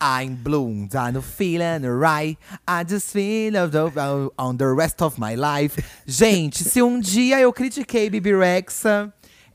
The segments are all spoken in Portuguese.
I'm blue, I'm feeling right. I just feel of the- uh, on the rest of my life. Gente, se um dia eu critiquei Bibi Rexa,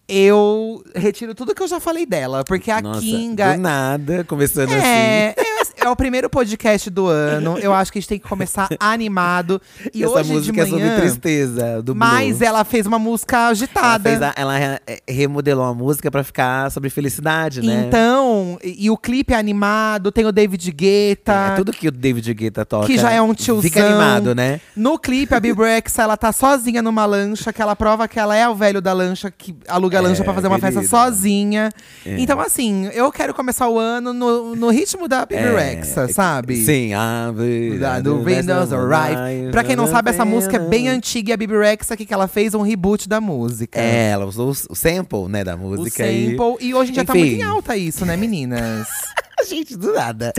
eu retiro tudo que eu já falei dela. Porque a Nossa, Kinga. Do nada, começando assim. É, é, é o primeiro podcast do ano. Eu acho que a gente tem que começar animado. E Essa hoje de música é sobre manhã. tristeza, do mas é Blue. ela fez uma música ela, agitada. fez a- ela re- é, remodelou a música pra ficar sobre felicidade, né? Então, e, e o clipe é animado, tem o David Guetta. É tudo que o David Guetta toca. tá. Que já é um tiozão. Fica animado, né? No clipe, a Bibrex, ela tá sozinha numa lancha, que ela prova que ela é o velho da lancha, que aluga a lancha pra fazer uma É, querida. É. festa sozinha. Então, assim, eu quero começar o ano no, no ritmo da Bibrex, sabe? É, Sim, né? a vida Da, do Windows Arrive. Pra quem não sabe, essa música é bem antiga e a Bibi Rexa aqui que ela fez um reboot da música. É, ela usou o sample, né, da o música. aí. sample. E hoje em dia tá Enfim. muito em alta isso, né, meninas? Gente, do nada.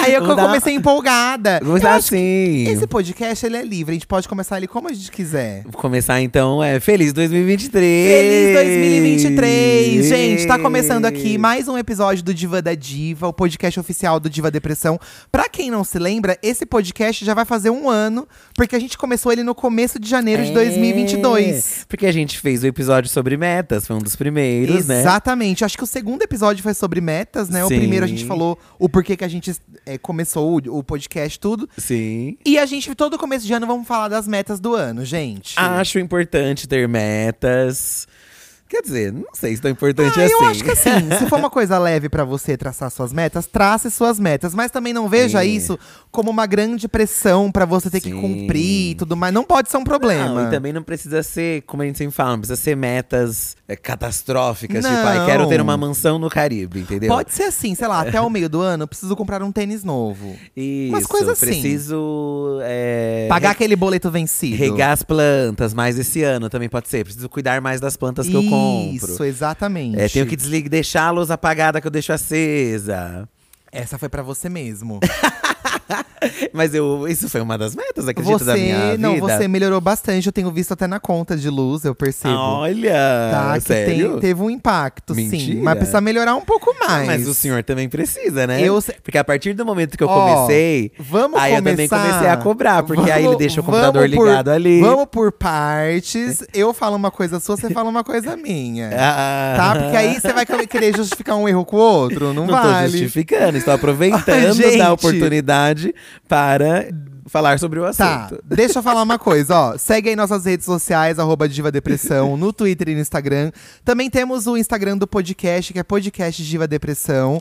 ah, eu, Vamos eu dar- comecei empolgada. Vamos Eu lá, acho que assim. Esse podcast, ele é livre. A gente pode começar ele como a gente quiser. Vou começar então, é Feliz 2023! Feliz 2023! Gente, tá começando aqui mais um episódio do Diva da Diva, o podcast oficial do Diva Depressão. Pra quem não se lembra, esse podcast já vai fazer um ano, porque a gente começou ele no começo de janeiro de 2022. É, Porque a gente fez o episódio sobre metas, foi um dos primeiros, né? Exatamente. Acho que o segundo episódio foi sobre metas, né? O Sim. primeiro a gente falou o porquê que a gente é, começou o, o podcast, tudo. Sim. E a gente, todo começo de ano, vamos falar das metas do ano, gente. Acho importante ter metas. Quer dizer, não sei se tão importante Ah, assim. eu acho que assim, se for uma coisa leve pra você traçar suas metas, trace suas metas. Mas também não veja É. isso como uma grande pressão pra você ter que Sim. cumprir e tudo mais. Não pode ser um problema. Não, e também não precisa ser, como a gente sempre fala, não precisa ser metas é, catastróficas. Tipo, Não. ai, quero ter uma mansão no Caribe, entendeu? Pode ser assim, sei lá, até o meio do ano, eu preciso comprar um tênis novo. Isso, umas coisas assim. Preciso é, Pagar aquele boleto vencido. regar as plantas mais esse ano também pode ser. Preciso cuidar mais das plantas que eu Isso, compro. exatamente. É, tenho que desligar, deixar a luz apagada que eu deixo acesa. Essa foi pra você mesmo. Mas eu, isso foi uma das metas, acredito, da minha você, não, vida. você melhorou bastante. Eu tenho visto até na conta de luz, eu percebo. Olha, tá, que tem- Ah, sério? teve um impacto, sim. Mentira. Mas precisa melhorar um pouco mais. Mas o senhor também precisa, né? Eu se- Porque a partir do momento que eu Ó, comecei, Vamos aí Ah, eu também começar- comecei a cobrar, porque aí ele Vamos- deixa o vamos computador por- ligado ali. Vamos por partes. Eu falo uma coisa sua, você fala uma coisa minha. Ah, Tá? Porque aí você vai querer justificar um erro com o outro? Não, não tô vale. justificando, estou Ai, aproveitando gente. da oportunidade para falar sobre o Tá, assunto. deixa eu falar uma coisa, ó. Segue aí nossas redes sociais, arroba Diva Depressão, no Twitter e no Instagram. Também temos o Instagram do podcast, que é podcast Diva Depressão.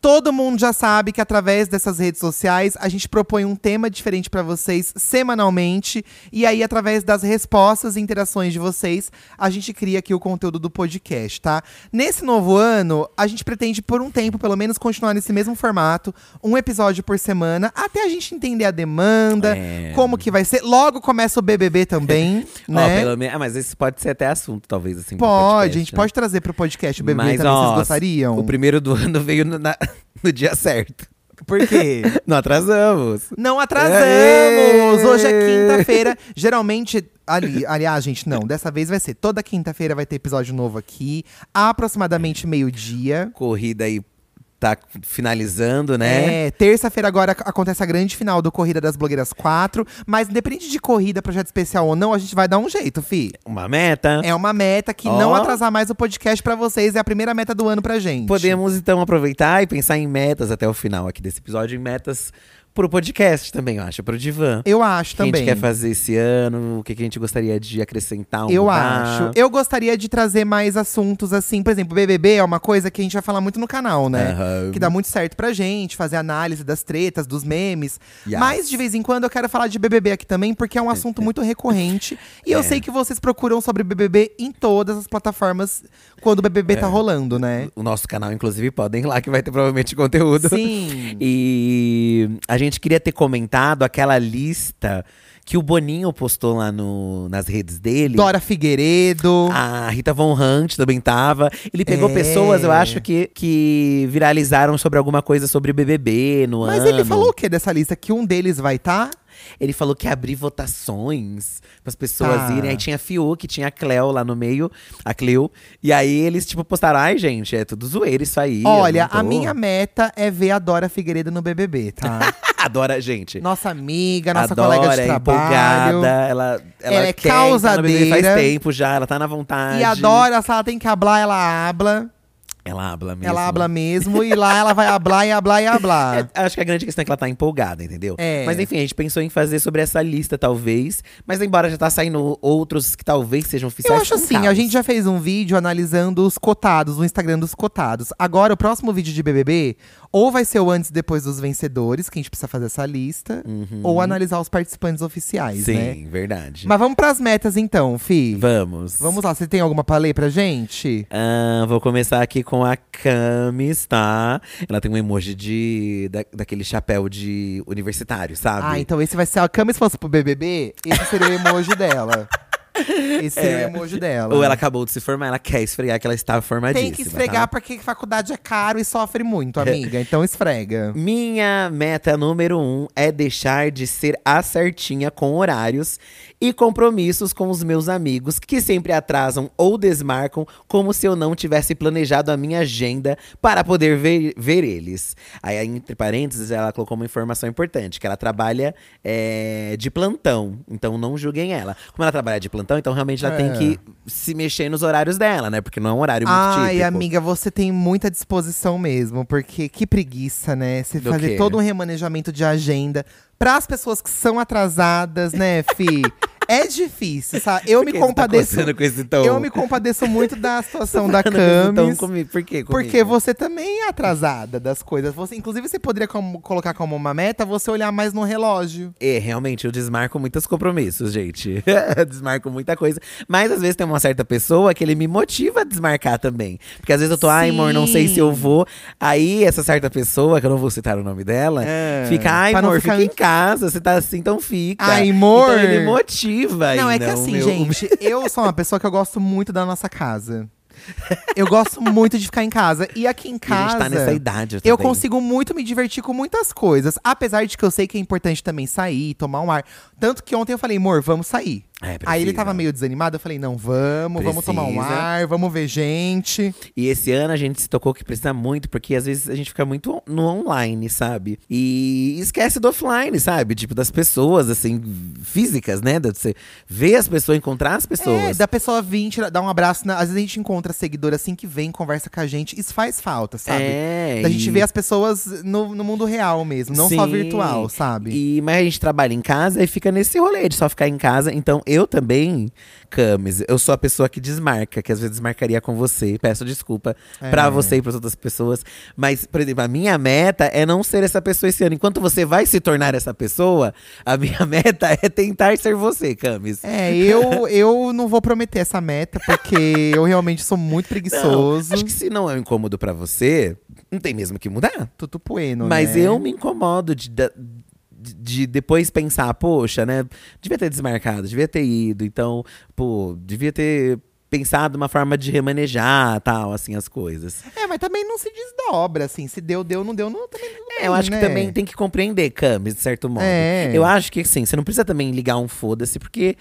Todo mundo já sabe que através dessas redes sociais a gente propõe um tema diferente pra vocês semanalmente. E aí, através das respostas e interações de vocês, a gente cria aqui o conteúdo do podcast, tá? Nesse novo ano, a gente pretende, por um tempo, pelo menos, continuar nesse mesmo formato, um episódio por semana, até a gente entender a demanda, É. como que vai ser. Logo começa o BBB também, Ó, né? pelo menos, ah, mas esse pode ser até assunto, talvez, assim. pro Pode, podcast, a gente né? pode trazer pro podcast o BBB Mas, também, ó, vocês gostariam? O primeiro do ano veio no, na- no dia certo. Por quê? Não atrasamos. Não atrasamos! Aê! Hoje é quinta-feira. Geralmente, ali, aliás, gente, não. Dessa vez vai ser toda quinta-feira vai ter episódio novo aqui, aproximadamente meio-dia. Corrida aí tá finalizando, né? É, terça-feira agora ac- acontece a grande final do Corrida das Blogueiras 4. Mas independente de corrida, projeto especial ou não, a gente vai dar um jeito, fi. Uma meta. É uma meta que Ó. não atrasar mais o podcast pra vocês. É a primeira meta do ano pra gente. Podemos então aproveitar e pensar em metas até o final aqui desse episódio, em metas pro podcast também, eu acho, pro divã. Eu acho O que a gente também. quer fazer esse ano, o que que a gente gostaria de acrescentar, um Eu acho. Eu gostaria de trazer mais assuntos assim. Por exemplo, BBB é uma coisa que a gente vai falar muito no canal, né? Aham. Que dá muito certo pra gente, fazer análise das tretas, dos memes. Yes. Mas de vez em quando eu quero falar de BBB aqui também, porque é um assunto muito recorrente. E É. eu sei que vocês procuram sobre BBB em todas as plataformas quando o BBB É. tá rolando, né? O nosso canal, inclusive, podem ir lá que vai ter provavelmente conteúdo. Sim. E a gente queria ter comentado aquela lista que o Boninho postou lá no, nas redes dele. Dora Figueiredo. A Rita Von Hunt também tava. Ele pegou É. pessoas, eu acho, que, que viralizaram sobre alguma coisa sobre BBB no Mas ano. ele falou o que dessa lista? Que um deles vai estar? Tá? Ele falou que ia abrir votações pras pessoas Tá. irem. Aí tinha a Fiuk, tinha a Cleo lá no meio, a Cleo. E aí eles, tipo, postaram: ai, gente, é tudo zoeira isso aí. eu Olha, não tô". a minha meta é ver a Dora Figueiredo no BBB, tá? Adora, gente. nossa amiga, nossa Adora, colega de é trabalho. empolgada, ela, ela, Ela é quer entrar no BBB faz causadeira. tempo já, ela tá na vontade. E adora, se ela tem que hablar, ela habla. Ela habla mesmo. Ela habla mesmo. E lá ela vai hablar e hablar e hablar. É, acho que a grande questão é que ela tá empolgada, entendeu? É. Mas enfim, a gente pensou em fazer sobre essa lista, talvez. Mas embora já tá saindo outros que talvez sejam Eu oficiais. acho tá um assim, a caos. gente já fez um vídeo analisando os cotados, o Instagram dos cotados. Agora, o próximo vídeo de BBB, ou vai ser o antes e depois dos vencedores, que a gente precisa fazer essa lista. Ou analisar os participantes oficiais, Uhum. Sim, né? verdade. Mas vamos pras metas então, Fi. Vamos. Vamos lá, você tem alguma pra ler pra gente? Ah, vou começar aqui com a Camis, tá? Ela tem um emoji de, da- daquele chapéu de universitário, sabe? Ah, então esse vai ser… A Camis fosse pro BBB, esse seria o emoji dela. Esse seria o emoji dela. É. Ou ela acabou de se formar, ela quer esfregar que ela está formadíssima. é. Tem que esfregar tá? É. porque faculdade é caro e sofre muito, amiga. Então esfrega. Minha meta número um é deixar de ser a certinha com horários e compromissos com os meus amigos que sempre atrasam ou desmarcam, como se eu não tivesse planejado a minha agenda para poder ver, ver eles. Aí, entre parênteses, ela colocou uma informação importante: que ela trabalha é, de plantão. Então não julguem ela. Como ela trabalha de plantão, então realmente ela tem É. que se mexer nos horários dela, né? Porque não é um horário muito Ai, típico. amiga, você tem muita disposição mesmo, porque que preguiça, né? Você Do fazer quê? todo um remanejamento de agenda para as pessoas que são atrasadas, né, Fi? é difícil, sabe? Eu Por me que você tá compadeço. coçando com esse tom? eu me compadeço muito da situação da Então, Tá Camis. comigo, por quê? Comigo? Porque você também é atrasada das coisas. Você, inclusive, você poderia como- colocar como uma meta você olhar mais no relógio. É, realmente, eu desmarco muitos compromissos, gente. desmarco muita coisa. Mas às vezes tem uma certa pessoa que ele me motiva a desmarcar também. Porque às vezes eu tô, ai, amor, não sei se eu vou. Aí essa certa pessoa, que eu não vou citar o nome dela, É. fica, ai, Pra não amor, ficar fica em- em casa. Você tá assim, então fica. Ai, amor. Então ele motiva. Não, e é que assim, meu- gente, eu sou uma pessoa que eu gosto muito da nossa casa. Eu gosto muito de ficar em casa. E aqui em E a casa. gente tá nessa idade. Eu também. consigo muito me divertir com muitas coisas. Apesar de que eu sei que é importante também sair, tomar um ar. Tanto que ontem eu falei, amor, vamos sair. É, Aí ele precisa. tava meio desanimado, eu falei, não, vamos, vamos tomar um Precisa. ar, vamos ver gente. E esse ano a gente se tocou que precisa muito, porque às vezes a gente fica muito on- no online, sabe? E esquece do offline, sabe? Tipo, das pessoas, assim, físicas, né? De Você ver as pessoas, encontrar as É, pessoas. da pessoa vir, tira- dar um abraço. na- Às vezes a gente encontra seguidor assim que vem, conversa com a gente. Isso faz falta, sabe? É, Da gente e- ver as pessoas no, no mundo real mesmo, não só Sim. virtual, sabe? E, mas a gente trabalha em casa e fica nesse rolê de só ficar em casa. Então eu também, Camis, eu sou a pessoa que desmarca, que às vezes desmarcaria com você. Peço desculpa É. pra você e pras outras pessoas. Mas, por exemplo, a minha meta é não ser essa pessoa esse ano. Enquanto você vai se tornar essa pessoa, a minha meta é tentar ser você, Camis. É, eu, eu não vou prometer essa meta, porque eu realmente sou muito Não, preguiçoso. Então, acho que se não é um incômodo pra você, não tem mesmo que mudar. Tudo bueno, Mas né? eu me incomodo de, da- de, de depois pensar, poxa, né? Devia ter desmarcado, devia ter ido, então, pô, devia ter pensado uma forma de remanejar tal, assim, as coisas. É, mas também não se desdobra, assim. Se deu, deu, não deu, não também tudo bem, É, eu acho né? que também tem que compreender, Camis, de certo modo. É. Eu acho que assim, você não precisa também ligar um foda-se, porque.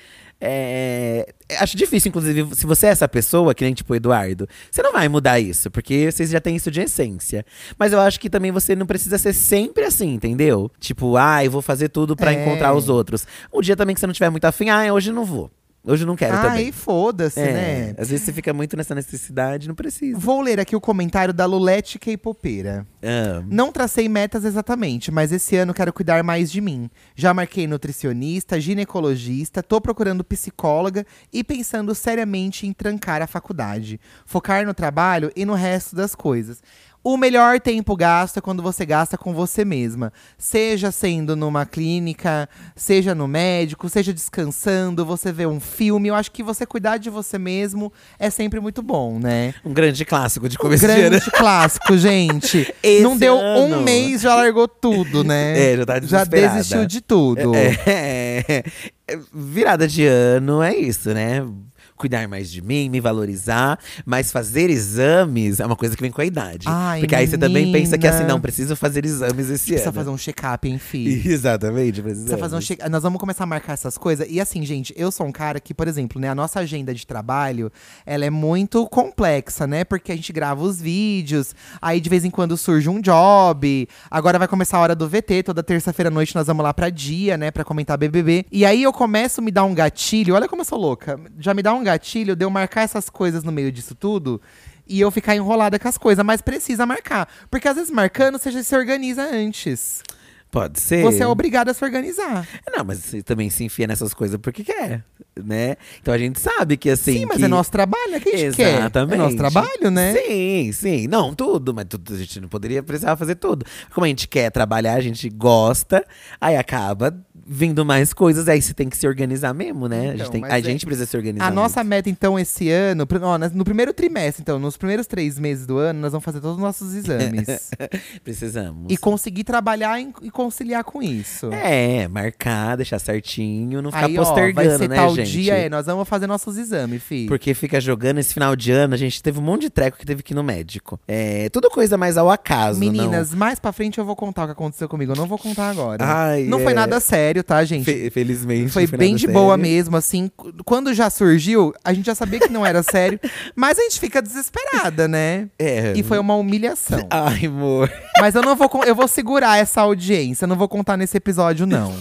é, acho difícil, inclusive, se você é essa pessoa, que nem tipo o Eduardo, você não vai mudar isso, porque vocês já têm isso de essência. Mas eu acho que também você não precisa ser sempre assim, entendeu? Tipo, ah, eu vou fazer tudo pra É. encontrar os outros. Um dia também que você não tiver muito afim, ah, hoje eu não vou. Hoje eu não quero também. Ai, Ah, foda-se, É, né? Às vezes você fica muito nessa necessidade, não precisa. Vou ler aqui o comentário da Lulete K-Popeira. Ah, Não tracei metas exatamente, mas esse ano quero cuidar mais de mim. Já marquei nutricionista, ginecologista, tô procurando psicóloga e pensando seriamente em trancar a faculdade, focar no trabalho e no resto das coisas. O melhor tempo gasto é quando você gasta com você mesma. Seja sendo numa clínica, seja no médico, seja descansando, você vê um filme. Eu acho que você cuidar de você mesmo é sempre muito bom, né? um grande clássico de Um começo de ano. grande clássico, gente. Esse Não deu um ano. mês, já largou tudo, né? É, já tá já desesperada. desistiu de tudo. É, virada de ano é isso, né? Cuidar mais de mim, me valorizar, mas fazer exames é uma coisa que vem com a idade. Ai, Porque aí você também pensa que assim, menina. não, preciso fazer exames esse Precisa ano. fazer um check-up, hein, fi? Exatamente, Precisa fazer um check Nós vamos começar a marcar essas coisas. E assim, gente, eu sou um cara que, por exemplo, né, a nossa agenda de trabalho, ela é muito complexa, né? Porque a gente grava os vídeos, aí de vez em quando surge um job. Agora vai começar a hora do VT, toda terça-feira à noite nós vamos lá pra dia, né, Pra comentar BBB. E aí eu começo a me dar um gatilho. Olha como eu sou louca. Já me dá um gatilho de eu marcar essas coisas no meio disso tudo. E eu ficar enrolada com as coisas, mas precisa marcar. Porque às vezes marcando, você já se organiza antes. Pode ser. Você é obrigado a se organizar. Não, mas você também se enfia nessas coisas porque quer, né? Então a gente sabe que assim. Sim, mas que- é nosso trabalho, é que a gente quer. Exatamente. É nosso trabalho, né? Sim, sim. Não, tudo, mas tudo, a gente não poderia precisar fazer tudo. Como a gente quer trabalhar, a gente gosta, aí acaba vindo mais coisas, aí você tem que se organizar mesmo, né? a Então, gente, tem- mas a é- gente precisa se organizar. A muito. nossa meta, então, esse ano, pr- ó, nas- no primeiro trimestre, então, nos primeiros três meses do ano, nós vamos fazer todos os nossos exames. Precisamos. e conseguir trabalhar em- e conciliar com isso. É, marcar, deixar certinho, não ficar Aí, ó, vai postergando, ser né, tal gente? dia, é, nós vamos fazer nossos exames, fi. Porque fica jogando esse final de ano, a gente teve um monte de treco que teve que ir no médico. É, tudo coisa mais ao acaso, não- Meninas, mais pra frente eu vou contar o que aconteceu comigo. Eu não vou contar agora. Ai, não foi é. nada sério, tá, gente? Fe- felizmente. Foi final bem da de boa série. mesmo, assim. Qu- Quando já surgiu, a gente já sabia que não era sério. mas a gente fica desesperada, né? É. E foi uma humilhação. Ai, amor. Mas eu não vou. con- Eu vou segurar essa audiência. Eu não vou contar nesse episódio, não.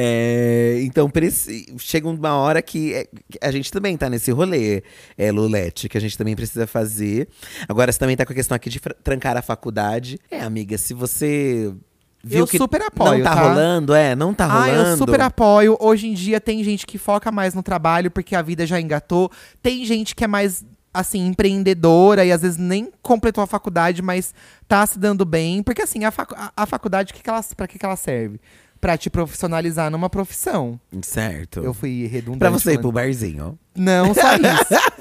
É, então, preci- chega uma hora que é, que a gente também tá nesse rolê, é, Lulete, que a gente também precisa fazer. Agora, você também tá com a questão aqui de fra- trancar a faculdade. É, amiga, se você viu Eu que super apoio, não tá, tá? rolando, é, não tá Ah, rolando. eu super apoio. Hoje em dia tem gente que foca mais no trabalho porque a vida já engatou. Tem gente que é mais, assim, empreendedora e às vezes nem completou a faculdade, mas tá se dando bem. Porque, assim, a, facu- a- a faculdade, que que ela, pra que, que ela serve? Pra te profissionalizar numa profissão. Certo. Eu fui redundante. Pra você ir mas- pro barzinho, ó. Não, só isso.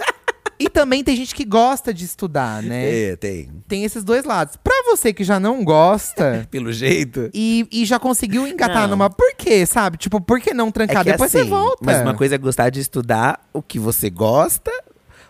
e também tem gente que gosta de estudar, né? É, tem. Tem esses dois lados. Pra você que já não gosta. Pelo jeito. e, e já conseguiu engatar Não. numa. Por quê, sabe? Tipo, por que não É trancar? que Depois assim, você volta. Mas uma coisa é gostar de estudar o que você gosta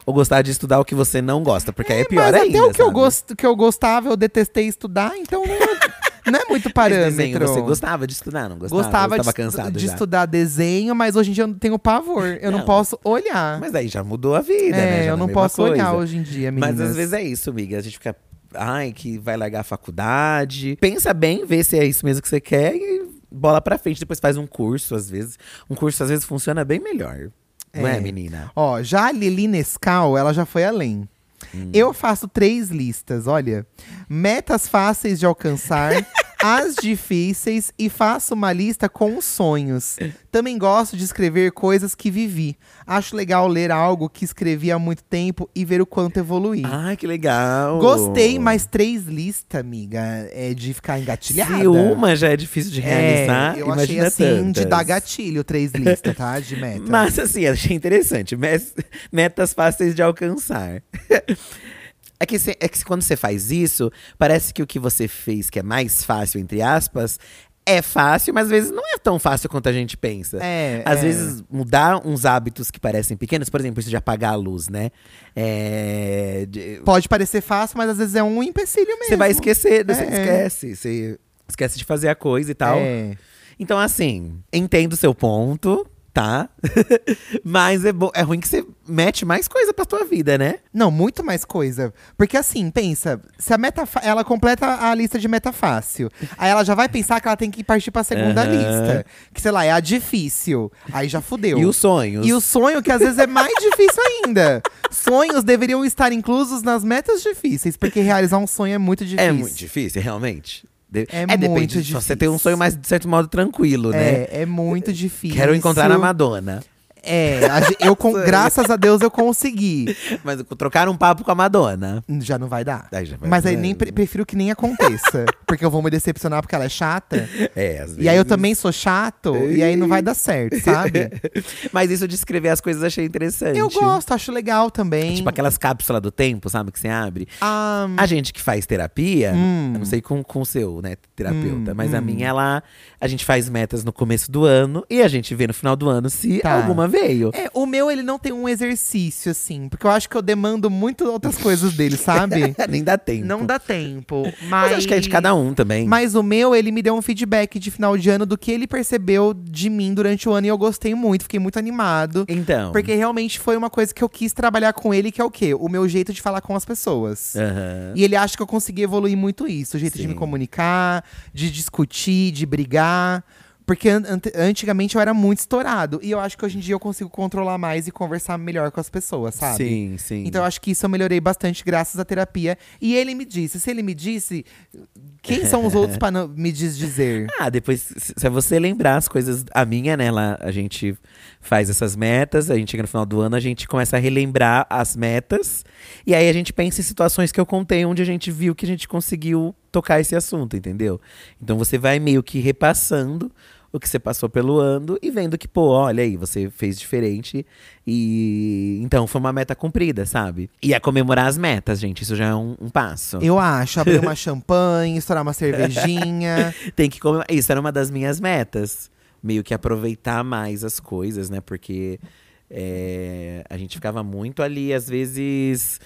ou gostar de estudar o que você não gosta, porque aí é pior Mas ainda. até o que eu, sabe? gosto, que eu gostava, eu detestei estudar, então não é, não é muito Mas parâmetro. desenho, você gostava de estudar, não gostava? Gostava Ou de, você tava estu- cansado de já? estudar desenho, mas hoje em dia eu não tenho pavor. Eu não, Não. posso olhar. Mas aí já mudou a vida, né? é, eu Já não é a não mesma posso olhar coisa. hoje em dia, meninas. Mas às vezes é isso, amiga. A gente fica, ai, que vai largar a faculdade. Pensa bem, vê se é isso mesmo que você quer e bola pra frente. Depois faz um curso, às vezes. Um curso, às vezes, funciona bem melhor. Não é, É. menina? Ó, já a Lili Nescau, ela já foi além. Hum. Eu faço três listas, olha. Metas fáceis de alcançar, as difíceis e faço uma lista com os sonhos. Também gosto de escrever coisas que vivi. Acho legal ler algo que escrevi há muito tempo e ver o quanto evoluí. Ai, que legal. Gostei, mas três listas, amiga, é de ficar engatilhada. Se uma já é difícil de realizar, é, eu achei imagina assim de tantas. dar gatilho três listas, tá? De metas. Mas assim, achei interessante. Mes- Metas fáceis de alcançar. É que, cê- é que quando você faz isso, parece que o que você fez, que é mais fácil, entre aspas, é fácil, mas às vezes não é tão fácil quanto a gente pensa. É, Às é. vezes, mudar uns hábitos que parecem pequenos, por exemplo, isso de apagar a luz, né? É, de- Pode parecer fácil, mas às vezes é um empecilho mesmo. você vai esquecer, você É. esquece. Você esquece de fazer a coisa e tal. É. Então, assim, entendo o seu ponto, tá? Mas é, bo- é ruim que você mete mais coisa pra tua vida, né? Não, muito mais coisa. Porque assim, pensa, se a meta. fa- Ela completa a lista de meta fácil. Aí ela já vai pensar que ela tem que partir pra segunda Aham. lista. Que, sei lá, é a difícil. Aí já fudeu. E os sonhos. E o sonho, que às vezes é mais difícil ainda. Sonhos deveriam estar inclusos nas metas difíceis, porque realizar um sonho é muito difícil. É muito difícil, realmente. De- É muito depende. se difícil. Você tem um sonho mais, de certo modo, tranquilo, né? É, é muito difícil. Quero encontrar a Madonna. É, a ge- eu con- graças a Deus eu consegui. Mas trocar um papo com a Madonna. Já não vai dar. Aí já vai Mas aí dar. né? nem pre- prefiro que nem aconteça. porque eu vou me decepcionar porque ela é chata. É, às E aí eu também sou chato, e aí não vai dar certo, sabe? Mas isso de escrever as coisas eu achei interessante. Eu gosto, acho legal também. Tipo aquelas cápsulas do tempo, sabe? Que você abre. Ah, A gente que faz terapia, Hum. eu não sei com com o seu, né, terapeuta, mas a minha, ela. A gente faz metas no começo do ano e a gente vê no final do ano se Tá. alguma veio. é, o meu ele não tem um exercício, assim. Porque eu acho que eu demando muito outras coisas dele, sabe? Nem dá tempo. não dá tempo. Mas, Mas acho que é de cada um também. Mas o meu, ele me deu um feedback de final de ano do que ele percebeu de mim durante o ano. E eu gostei muito, fiquei muito animado. Então. Porque realmente foi uma coisa que eu quis trabalhar com ele, que é o quê? O meu jeito de falar com as pessoas. Aham. E ele acha que eu consegui evoluir muito isso. O jeito de É. Sim. me comunicar, de discutir, de brigar. Porque an- ante- antigamente eu era muito estourado. E eu acho que hoje em dia eu consigo controlar mais e conversar melhor com as pessoas, sabe? Sim, sim. Então eu acho que isso eu melhorei bastante graças à terapia. E ele me disse. Se ele me disse, quem são os outros pra não me desdizer? Ah, depois, se se você lembrar as coisas, a minha, né? Lá, a gente faz essas metas, a gente chega no final do ano, a gente começa a relembrar as metas. E aí a gente pensa em situações que eu contei onde a gente viu que a gente conseguiu tocar esse assunto, entendeu? Então você vai meio que repassando o que você passou pelo ano e vendo que, pô, olha aí, você fez diferente e então foi uma meta cumprida, sabe? E é comemorar as metas, gente, isso já é um, um passo. Eu acho, abrir uma champanhe, estourar uma cervejinha. Tem que comer. Isso era uma das minhas metas. Meio que aproveitar mais as coisas, né? Porque é, a gente ficava muito ali, às vezes.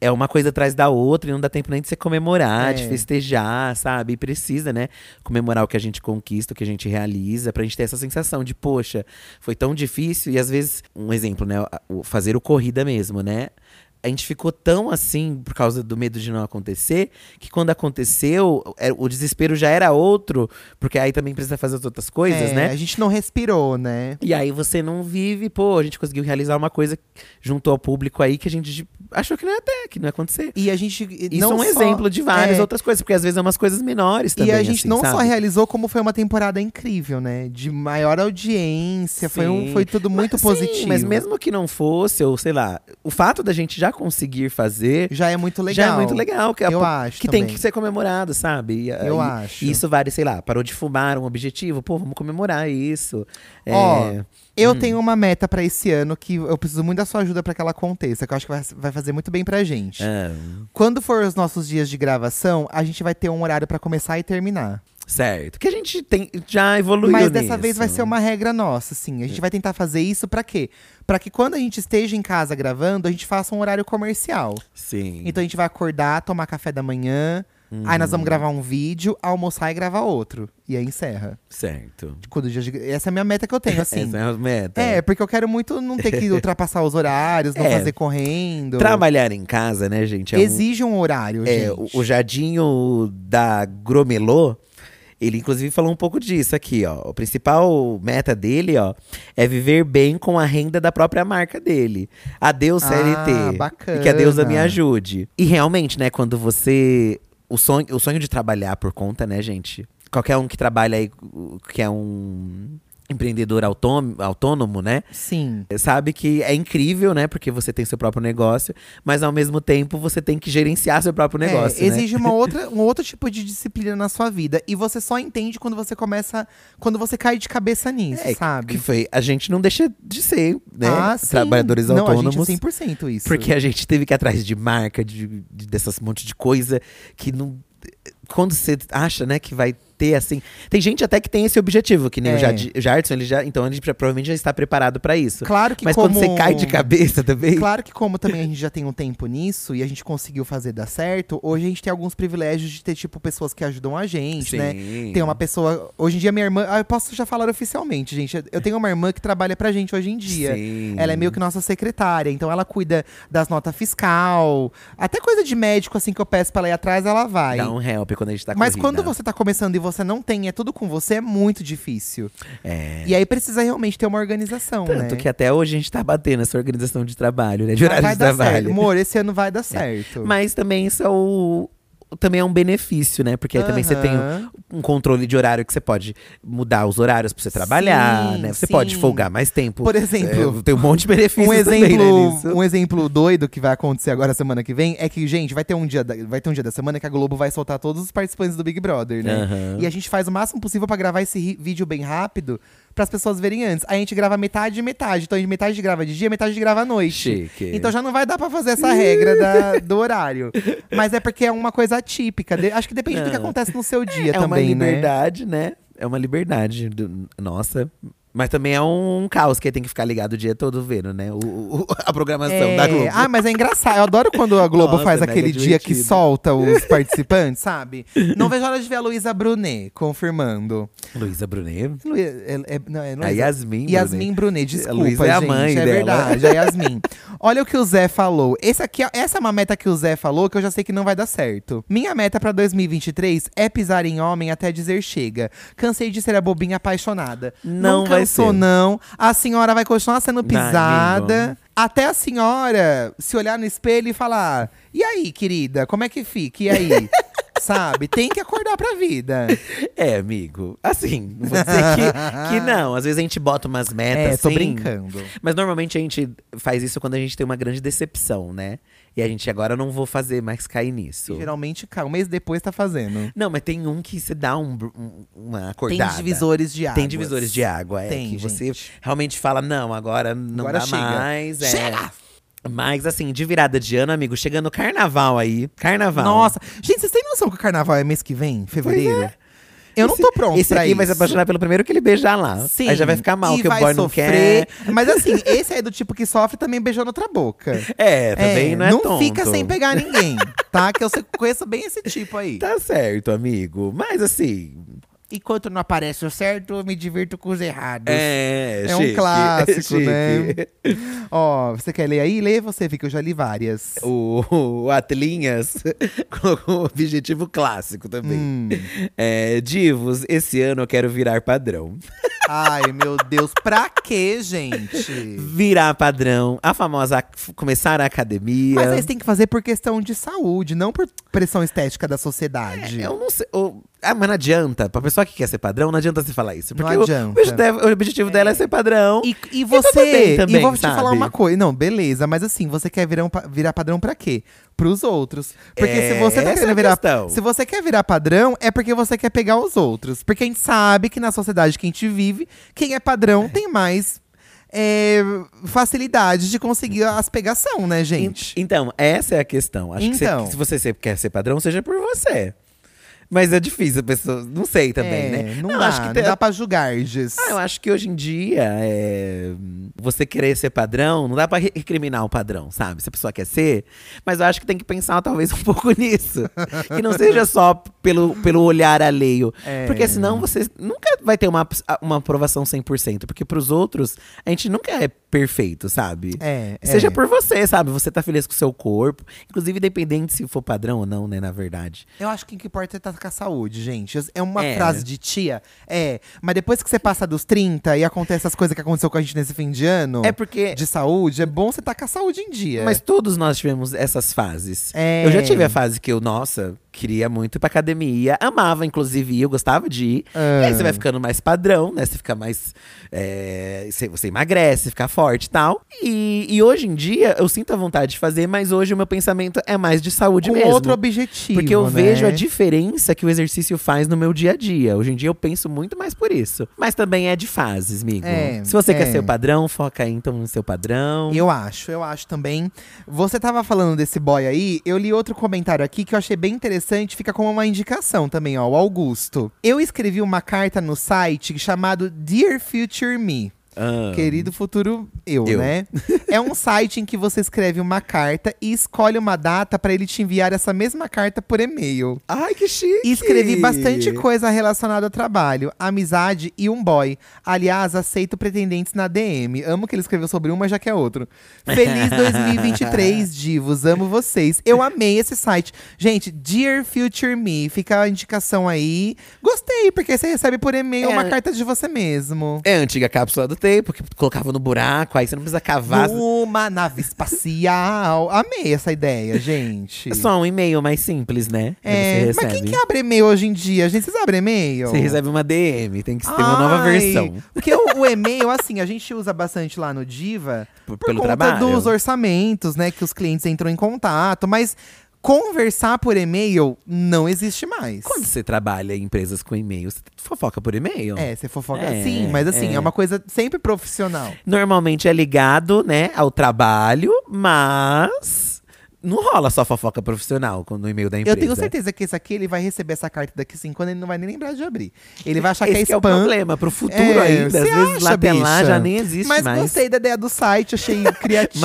É uma coisa atrás da outra e não dá tempo nem de se comemorar, de É. festejar, sabe? E precisa, né? Comemorar o que a gente conquista, o que a gente realiza, pra gente ter essa sensação de, poxa, foi tão difícil. E às vezes, um exemplo, né? O- Fazer o corrida mesmo, né? a gente ficou tão assim por causa do medo de não acontecer que quando aconteceu é, o desespero já era outro porque aí também precisa fazer as outras coisas É, né A gente não respirou, né? e aí você não vive pô a gente conseguiu realizar uma coisa junto ao público aí que a gente achou que não ia ter que não ia acontecer E a gente. isso não é um só- exemplo de várias É, outras coisas porque às vezes é umas coisas menores também E a gente assim, não só sabe? realizou, como foi uma temporada incrível, né? De maior audiência, foi, um, Sim. foi tudo muito Mas, sim, positivo. mas mesmo assim, que não fosse ou sei lá o fato da gente já conseguir fazer Já é muito legal. Já é muito legal. Que, Eu pô, acho Que tem também. que ser comemorado, sabe? E, Eu e- acho. e Isso vale, sei lá, parou de fumar um objetivo. Pô, vamos comemorar isso. É, Ó, eu hum. tenho uma meta pra esse ano que eu preciso muito da sua ajuda pra que ela aconteça, que eu acho que vai, vai fazer muito bem pra gente. ah, Quando for os nossos dias de gravação, a gente vai ter um horário pra começar e terminar. certo. Que a gente tem, já evoluiu Mas dessa nisso. vez vai ser uma regra nossa, assim. A gente vai tentar fazer isso pra quê? Pra que quando a gente esteja em casa gravando, a gente faça um horário comercial. Sim. Então a gente vai acordar, tomar café da manhã. Aí Uhum. nós vamos gravar um vídeo, almoçar e gravar outro. E aí encerra. certo. Quando o dia de- Essa é a minha meta que eu tenho, assim. Essa é a meta. é, porque eu quero muito não ter que ultrapassar os horários, não É. fazer correndo. Trabalhar em casa, né, gente? É um- Exige um horário, É, o, gente. o Jadinho da Gromelô, ele inclusive falou um pouco disso aqui, ó. O principal meta dele, ó, é viver bem com a renda da própria marca dele. Adeus Ah, CLT. E que a bacana. deusa me ajude. E realmente, né, quando você o sonho, o sonho de trabalhar por conta, né, gente? Qualquer um que trabalha aí, que é um empreendedor autônomo, autônomo né? Sim. sabe que é incrível, né? Porque você tem seu próprio negócio, mas ao mesmo tempo você tem que gerenciar seu próprio negócio. É, né? exige uma outra, um outro tipo de disciplina na sua vida. E você só entende quando você começa. Quando você cai de cabeça nisso, É, sabe? Que foi, a gente não deixa de ser, né? Ah, sim. Trabalhadores não, autônomos. A gente é 100% isso. Porque a gente teve que ir atrás de marca, de, de- dessas um monte de coisa que não. Quando você acha, né, que vai ter assim. Tem gente até que tem esse objetivo, que nem o, É. Jad, o Jardson, ele já. Então ele já- provavelmente já está preparado pra isso. Claro que Mas como... quando você cai de cabeça também. Claro que como também a gente já tem um tempo nisso e a gente conseguiu fazer dar certo, hoje a gente tem alguns privilégios de ter, tipo, pessoas que ajudam a gente, né? Tem uma pessoa. Hoje em dia, minha irmã. Ah, eu posso já falar oficialmente, gente. Eu tenho uma irmã que trabalha pra gente hoje em dia. Sim. Ela é meio que nossa secretária, então ela cuida das notas fiscal, até coisa de médico, assim, que eu peço pra ela ir atrás, ela vai. Dá um help quando a gente tá é Mas corrida. quando você tá começando e você não tem, é tudo com você, é muito difícil. É. E aí precisa realmente ter uma organização, Tanto né? que até hoje a gente tá batendo essa organização de trabalho, né? De horário vai de dar certo. trabalho. Amor, esse ano vai dar certo. Mas também isso é o, também é um benefício, né? Porque aí também você tem Aham. um controle de horário que você pode mudar os horários pra você trabalhar, Sim, né? Você pode sim. folgar mais tempo. Por exemplo, É, tem um monte de benefícios Um também, né, exemplo, nisso. um exemplo doido que vai acontecer agora semana que vem é que, gente, vai ter um dia da, vai ter um dia da semana que a Globo vai soltar todos os participantes do Big Brother, né? Aham. E a gente faz o máximo possível pra gravar esse ri- vídeo bem rápido para as pessoas verem antes. Aí a gente grava metade e metade. Então, a gente- metade grava de dia, metade grava à noite. Chique. Então já não vai dar pra fazer essa regra da- do horário. Mas é porque é uma coisa atípica. De- acho que depende do que Não. acontece no seu dia é também, uma né? liberdade, né? É uma liberdade. do- nossa. Mas também é um, caos que tem que ficar ligado o dia todo vendo, né? O, o- a programação É, da Globo. Ah, mas é engraçado. Eu adoro quando a Globo Nossa, é faz mega aquele dia que divertido. solta os participantes, sabe? Não vejo a hora de ver a Luísa Brunet confirmando. Luísa Brunet. Lu- é- é- não, é A Luísa- Yasmin. Yasmin Brunet. Brunet, desculpa, Luísa é a gente, mãe é dela. verdade, a Yasmin. Olha o que o Zé falou. Esse aqui, ó, essa é uma meta que o Zé falou que eu já sei que não vai dar certo. Minha meta pra 2023 é pisar em homem até dizer chega. Cansei de ser a bobinha apaixonada. Não vai cansou, ser. não. A senhora vai continuar sendo Não, pisada. amigo. Até a senhora se olhar no espelho e falar: "E aí, querida, como é que fica? E aí?" Sabe? Tem que acordar pra vida. É, amigo. Assim, não vou dizer que, que não. Às vezes a gente bota umas metas. é, tô assim, brincando. Mas normalmente a gente faz isso quando a gente tem uma grande decepção, né? E a gente agora não vou fazer mais cair nisso. Geralmente, cara, um mês depois tá fazendo. Não, mas tem um que você dá um, br- um- uma Tem acordada. divisores de água. Tem divisores de água, é. Tem, que você gente. realmente fala, não, agora não Agora dá chega. mais. É. Chega! Mas assim, de virada de ano, amigo, chegando carnaval aí. Carnaval. Nossa. Gente, vocês têm noção que o carnaval é mês que vem? Fevereiro? Eu não é. Esse- tô pronto Esse pra aqui isso. vai se apaixonar pelo primeiro que ele beijar lá. Sim. Aí já vai ficar mal, e que o vai boy sofrer. não quer. Mas assim, esse aí é do tipo que sofre também beijando outra boca. É, também não é Não tonto. fica sem pegar ninguém, tá? Que eu sei- conheço bem esse tipo aí. Tá certo, amigo. Mas assim. Enquanto não aparece o certo, eu me divirto com os errados. É, É um chique, clássico, chique. né? Ó, você quer ler aí? Lê você, porque eu já li várias. O, o Atlinhas colocou um objetivo clássico também. Hum. É, divos, esse ano eu quero virar padrão. Ai, meu Deus, pra quê, gente? Virar padrão, a famosa ac- começar a academia. Mas aí você tem que fazer por questão de saúde, não por pressão estética da sociedade. É, eu não sei. eu- ah, mas não adianta. Pra pessoa que quer ser padrão, não adianta você falar isso. Não Porque o- adianta. O, objetivo- o objetivo dela é ser padrão. E, e tá tudo você. bem também, e vou te sabe? falar uma coisa. Não, beleza, mas assim, você quer virar, um pa- virar padrão pra quê? Pros outros. Porque É, se você tá essa é querendo a virar. questão. Se você quer virar padrão, é porque você quer pegar os outros. Porque a gente sabe que na sociedade que a gente vive, quem é padrão tem mais. é, facilidade de conseguir as pegação, né, gente? Então, essa é a questão. Acho que Então. você- se você ser- quer ser padrão, seja por você. Mas é difícil a pessoa. Não sei também, É, né? Não, dá, acho que não tem- dá pra julgar, Gis. Ah, eu acho que hoje em dia, é, você querer ser padrão, não dá pra re- recriminar o padrão, sabe? Se a pessoa quer ser. Mas eu acho que tem que pensar talvez um pouco nisso. que não seja só pelo, pelo olhar alheio. É. Porque senão você nunca vai ter uma, uma aprovação 100%. Porque pros outros, a gente nunca é perfeito, sabe? É, é. Seja por você, sabe? Você tá feliz com o seu corpo. Inclusive, independente se for padrão ou não, né? Na verdade. Eu acho que o que importa é estar com a saúde, gente. É uma É. frase de tia, é. Mas depois que você passa dos 30 e acontece as coisas que aconteceu com a gente nesse fim de ano, É porque. de saúde, é bom você estar com a saúde em dia. Mas todos nós tivemos essas fases. É. Eu já tive a fase que eu, nossa, queria muito ir pra academia. Amava, inclusive, ir, eu gostava de ir. É. E aí você vai ficando mais padrão, né? Você fica mais. é, você, você emagrece, fica forte e tal. E, e hoje em dia eu sinto a vontade de fazer, mas hoje o meu pensamento é mais de saúde com mesmo. outro objetivo. Porque eu né? vejo a diferença que o exercício faz no meu dia a dia. Hoje em dia eu penso muito mais por isso. Mas também é de fases, amigo. É, Se você é. quer ser o padrão, foca aí então no seu padrão. Eu acho, eu acho também. Você tava falando desse boy aí, eu li outro comentário aqui que eu achei bem interessante, fica como uma indicação também, ó, o Augusto. Eu escrevi uma carta no site chamado Dear Future Me. Ah. Querido futuro eu, Eu. né? É um site em que você escreve uma carta e escolhe uma data pra ele te enviar essa mesma carta por e-mail. Ai, que é chique! E escrevi bastante coisa relacionada ao trabalho, amizade e um boy. Aliás, aceito pretendentes na DM. Amo que ele escreveu sobre um, mas já quer outro. Feliz 2023, divos. Amo vocês. Eu amei esse site. Gente, Dear Future Me, fica a indicação aí. Gostei, porque você recebe por e-mail É. uma carta de você mesmo. É a antiga cápsula do gostei, porque colocava no buraco, aí você não precisa cavar. Numa nave espacial. Amei essa ideia, gente. É Só um e-mail mais simples, né? Que É, você mas recebe. quem que abre e-mail hoje em dia, gente? Vocês abrem e-mail? Você recebe uma DM, tem que ter uma nova Ai, versão. Porque o, o e-mail, assim, a gente usa bastante lá no Diva P- por pelo conta trabalho. dos orçamentos, né? Que os clientes entram em contato, mas conversar por e-mail não existe mais. Quando você trabalha em empresas com e-mail, você fofoca por e-mail? É, você fofoca. É, Sim, mas assim, é. é. uma coisa sempre profissional. Normalmente é ligado, né, ao trabalho, mas não rola só fofoca profissional com- no e-mail da empresa. Eu tenho certeza que esse aqui ele vai receber essa carta daqui cinco anos, ele não vai nem lembrar de abrir. Ele vai achar Esse que que é é o spam. problema, pro futuro É, ainda. Às você vezes lá acha, até lá bicha? já nem existe mas mais. gostei da ideia do site, achei criativo.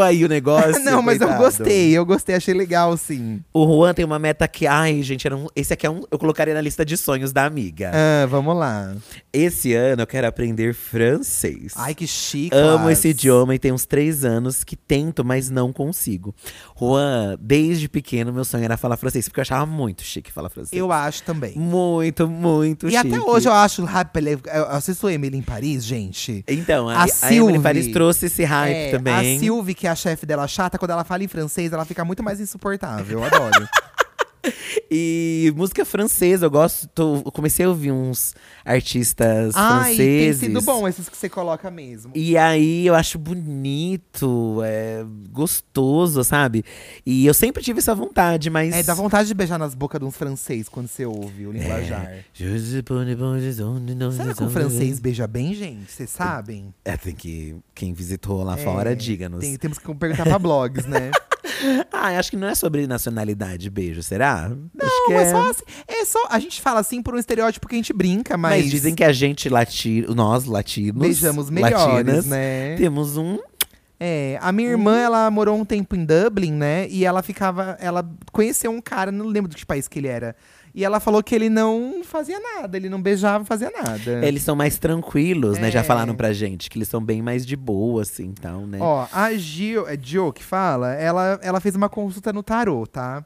aí o negócio. Não, mas eu assim, coitado. gostei, eu gostei, achei legal, sim. O Juan tem uma meta que. Ai, gente, era um- esse aqui é um. Eu colocaria na lista de sonhos da amiga. Ah, vamos lá. Esse ano eu quero aprender francês. Ai, que chique. Amo Lars. esse idioma e tem uns três anos que tento, mas não consigo. Juan, desde pequeno meu sonho era falar francês, porque eu achava muito chique falar francês. Eu acho também. Muito, muito e chique. até hoje eu acho rapelé. Eu assisto Emily em Paris, gente. Então, A a, a, Emily Sylvie- Paris trouxe esse hype É, também. A Sylvie, que é a chefe dela chata, quando ela fala em francês, ela fica muito mais insuportável. Eu adoro. E música francesa, eu gosto. tô- eu comecei a ouvir uns artistas Ai, tem franceses. sido bom esses que você coloca mesmo. E aí eu acho bonito, é gostoso, sabe? E eu sempre tive essa vontade, mas. É, dá vontade de beijar nas bocas de uns francês quando você ouve o linguajar. É. Será Será que o francês beija bem, gente? Vocês sabem? É, tem que. Quem visitou lá É, fora, diga-nos. tem- temos que perguntar pra blogs, né? Ah, eu acho que não é sobre nacionalidade, beijo, será? Não, acho que Não, é só assim. É só, a gente fala assim por um estereótipo que a gente brinca, mas, Mas dizem que a gente latino, nós latinos, beijamos melhores, latinas, né? temos um É, a minha irmã, ela morou um tempo em Dublin, né? E ela ficava. Ela conheceu um cara, não lembro de que país que ele era. E ela falou que ele não fazia nada, ele não beijava, não fazia nada. Eles são mais tranquilos, né? Já É. falaram pra gente que eles são bem mais de boa, assim, então, né? Ó, a Gio, é Gio que fala, ela, ela fez uma consulta no tarô, tá?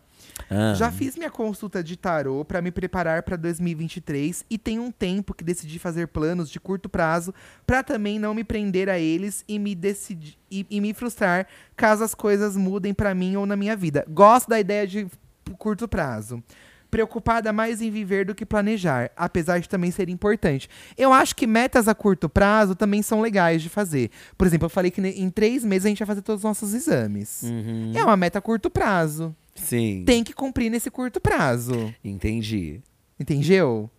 Ah, Já fiz minha consulta de tarô pra me preparar pra 2023 e tem um tempo que decidi fazer planos de curto prazo pra também não me prender a eles e me decidi, e, e me frustrar caso as coisas mudem pra mim ou na minha vida. Gosto da ideia de p- curto prazo. Preocupada mais em viver do que planejar, apesar de também ser importante. Eu acho que metas a curto prazo também são legais de fazer. Por exemplo, eu falei que ne- em três meses a gente vai fazer todos os nossos exames. uhum, É uma meta a curto prazo Sim. tem que cumprir nesse curto prazo. Entendi. Entendeu?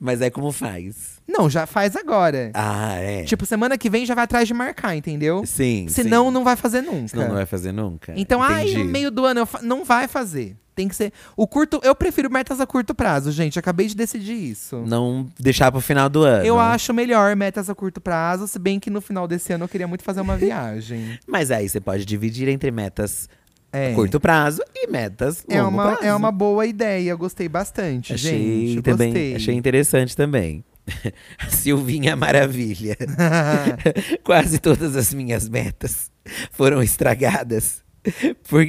Mas é como faz. Não, já faz agora. Ah, é. Tipo, semana que vem já vai atrás de marcar, entendeu? sim. Senão, sim. não vai fazer nunca. Senão não vai fazer nunca. Então, ai, Entendi. no meio do ano eu fa- não vai fazer. Tem que ser. O curto. Eu prefiro metas a curto prazo, gente. Acabei de decidir isso. Não é, deixar pro final do ano. Eu acho melhor metas a curto prazo, se bem que no final desse ano eu queria muito fazer uma viagem. Mas aí você pode dividir entre metas É. a curto prazo e metas É longo uma, prazo. é uma boa ideia, eu gostei bastante, Achei gente. também, gostei. achei interessante também. A Silvinha Maravilha. Quase todas as minhas metas foram estragadas por,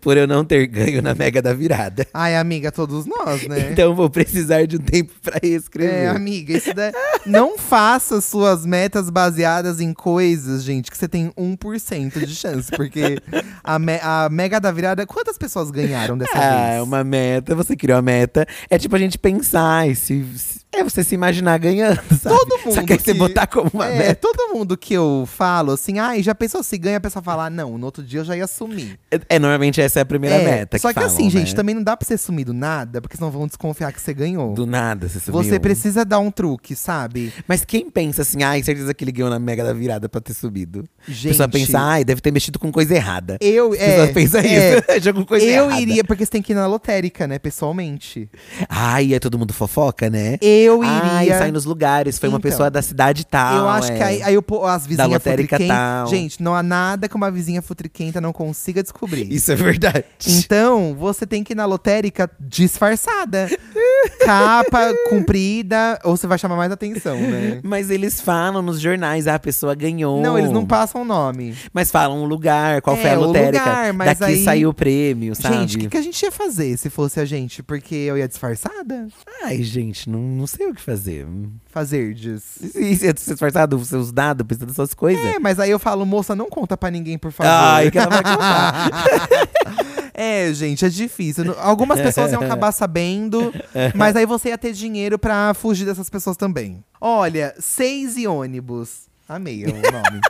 por eu não ter ganho na Mega da Virada. Ai, amiga, todos nós, né? Então vou precisar de um tempo pra É, reescrever. amiga, isso daí. não faça suas metas baseadas em coisas, gente, que você tem 1% de chance. Porque a, me- a mega da virada, quantas pessoas ganharam dessa ah, vez? é uma meta, você criou a meta. É tipo a gente pensar, e se, se- é você se imaginar ganhando, sabe? Todo mundo Só que aí você que- botar como uma É, meta. todo mundo que eu falo assim, ai, já pensou se ganha, a pessoa fala, não, no outro dia eu já ia sumir. É, normalmente essa é a primeira É, meta. só que, falam, assim, gente, né? também não dá pra você sumir do nada, porque senão vão desconfiar que você ganhou. Do nada, você subiu. Você precisa dar um truque, sabe? Mas quem pensa assim, ai, certeza que ele ganhou na mega da virada pra ter subido. Gente. a pessoa pensa, ai, deve ter mexido com coisa errada. Eu, As pessoas é, pensam é. isso, jogou coisa eu errada. iria, porque você tem que ir na lotérica, né, pessoalmente. Ai, é todo mundo fofoca, né? Eu Ai, iria. sai nos lugares, foi uma Então. pessoa da cidade tal. Eu acho é. que aí, aí o po- as Da vizinhas lotérica futriquentas. tal. Gente, não há nada que uma vizinha futriquenta não consiga descobrir. Isso é verdade. Então, você tem que ir na lotérica disfarçada. Capa comprida, ou você vai chamar mais atenção, né? Mas eles falam nos jornais, ah, a pessoa ganhou. Não, eles não passam o nome. Mas falam o lugar, qual É, foi a o lotérica. lugar, mas Daqui aí- saiu o prêmio, sabe? Gente, o que, que a gente ia fazer se fosse a gente? Porque eu ia disfarçada? Ai, gente, não, não sei o que fazer. Fazer diz. E se você disfarçar dos seus dados, pensando nessas coisas? É, mas aí eu falo, moça, não conta pra ninguém, por favor. Ai, que ela vai contar. é, gente, é difícil. No- Algumas pessoas iam acabar sabendo, mas aí você ia ter dinheiro pra fugir dessas pessoas também. Olha, seis e ônibus. Amei é o nome.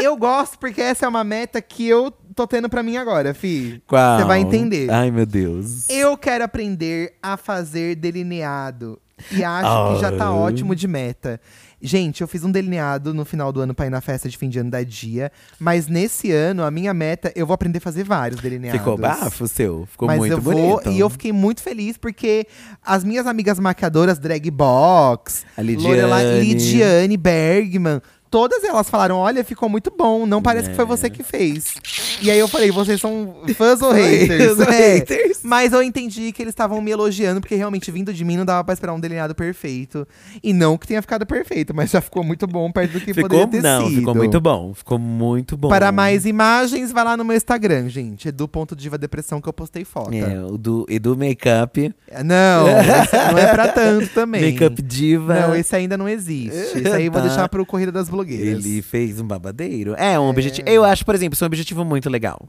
eu gosto porque essa é uma meta que eu tô tendo pra mim agora, fi. Qual? Você vai entender. Ai, meu Deus. Eu quero aprender a fazer delineado. E acho que já tá Ah. ótimo de meta. Gente, eu fiz um delineado no final do ano pra ir na festa de fim de ano da Dia. Mas nesse ano, a minha meta, eu vou aprender a fazer vários delineados. Ficou bafo o seu? Ficou mas muito eu vou, bonito. E eu fiquei muito feliz, porque as minhas amigas maquiadoras, Drag Box, A Lorelai, Lidiane. Lidiane Bergman… Todas elas falaram, olha, ficou muito bom, não parece que foi É. você que fez. E aí eu falei, vocês são fãs ou haters? Haters, É. haters. Mas eu entendi que eles estavam me elogiando, porque realmente vindo de mim não dava pra esperar um delineado perfeito. E não que tenha ficado perfeito, mas já ficou muito bom perto do que Ficou, poderia ter não, sido. ficou muito bom. Ficou muito bom. Para mais imagens, vai lá no meu Instagram, gente. É do ponto Diva Depressão que eu postei foto. É, o do, e do make-up. É, Não, esse não é pra tanto também. Make-up diva. Não, esse ainda não existe. Isso aí eu vou Tá. deixar pro Corrida das Blogueiras. Ele fez um babadeiro. É, um objetivo. Eu acho, por exemplo, isso é um objetivo muito legal.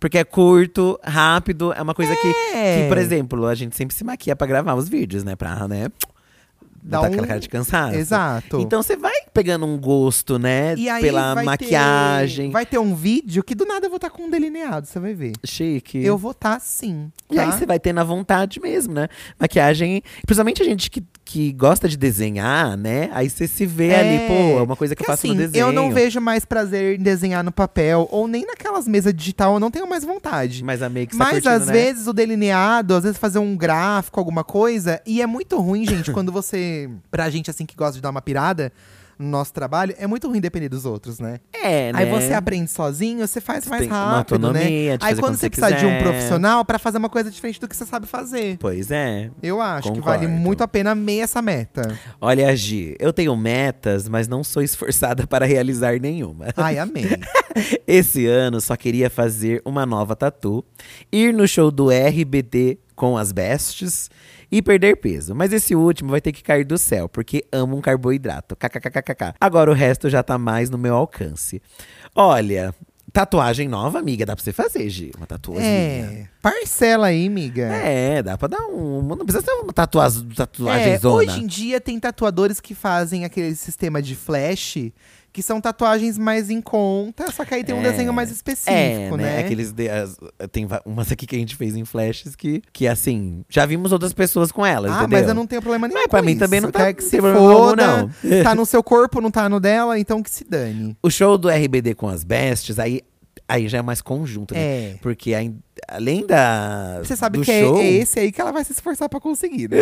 Porque é curto, rápido, é uma coisa que, É. que, por exemplo, a gente sempre se maquia pra gravar os vídeos, né? Pra, né? Dá Dá tá aquela um- cara de cansado. Exato. Então você vai pegando um gosto, né? E aí pela vai ter- maquiagem. vai ter um vídeo que do nada eu vou estar com um delineado, você vai ver. Chique. Eu vou estar sim. E aí tá? você vai ter na vontade mesmo, né? Maquiagem. Principalmente a gente que, que gosta de desenhar, né? Aí você se vê ali, pô, é uma coisa que eu Porque, faço assim, no desenho. Eu não vejo mais prazer em desenhar no papel ou nem naquelas mesas digital, eu não tenho mais vontade. Mas a meio que você tá Mas curtindo, às né? vezes o delineado, às vezes fazer um gráfico, alguma coisa, e é muito ruim, gente, quando você. Pra gente assim que gosta de dar uma pirada no nosso trabalho, é muito ruim depender dos outros, né? É, né? Aí você aprende sozinho, você faz mais tem uma rápido, né? autonomia de Aí fazer quando quando você você precisa de um quiser. profissional pra fazer uma coisa diferente do que você sabe fazer. Pois é. Eu acho que Concordo. vale muito a pena meia essa meta. Olha, Gi, eu tenho metas, mas não sou esforçada para realizar nenhuma. Ai, amei. Esse ano só queria fazer uma nova tatu, ir no show do RBD com as bestes e perder peso. Mas esse último vai ter que cair do céu, porque amo um carboidrato. KKKKK. Agora o resto já tá mais no meu alcance. Olha, tatuagem nova, amiga, dá pra você fazer, Gi. Uma tatuagem. é. Parcela aí, miga. É, dá pra dar um. Não precisa ser uma tatuagem, tatuagem É, zona. hoje em dia tem tatuadores que fazem aquele sistema de flash, que são tatuagens mais em conta, só que aí tem um É. desenho mais específico, né? Aqueles de- as- tem va- umas aqui que a gente fez em flashes que, que assim, já vimos outras pessoas com elas, Ah, entendeu? mas eu não tenho problema nenhum. Mas pra com mim isso. também não tá- Quer que não se tem problema algum, foda, não. Tá no seu corpo, não tá no dela, então que se dane. O show do RBD com as bestes, aí, aí já é mais conjunto, né? É. Porque aí, além da. Você sabe do que é, show, é esse aí que ela vai se esforçar pra conseguir, né?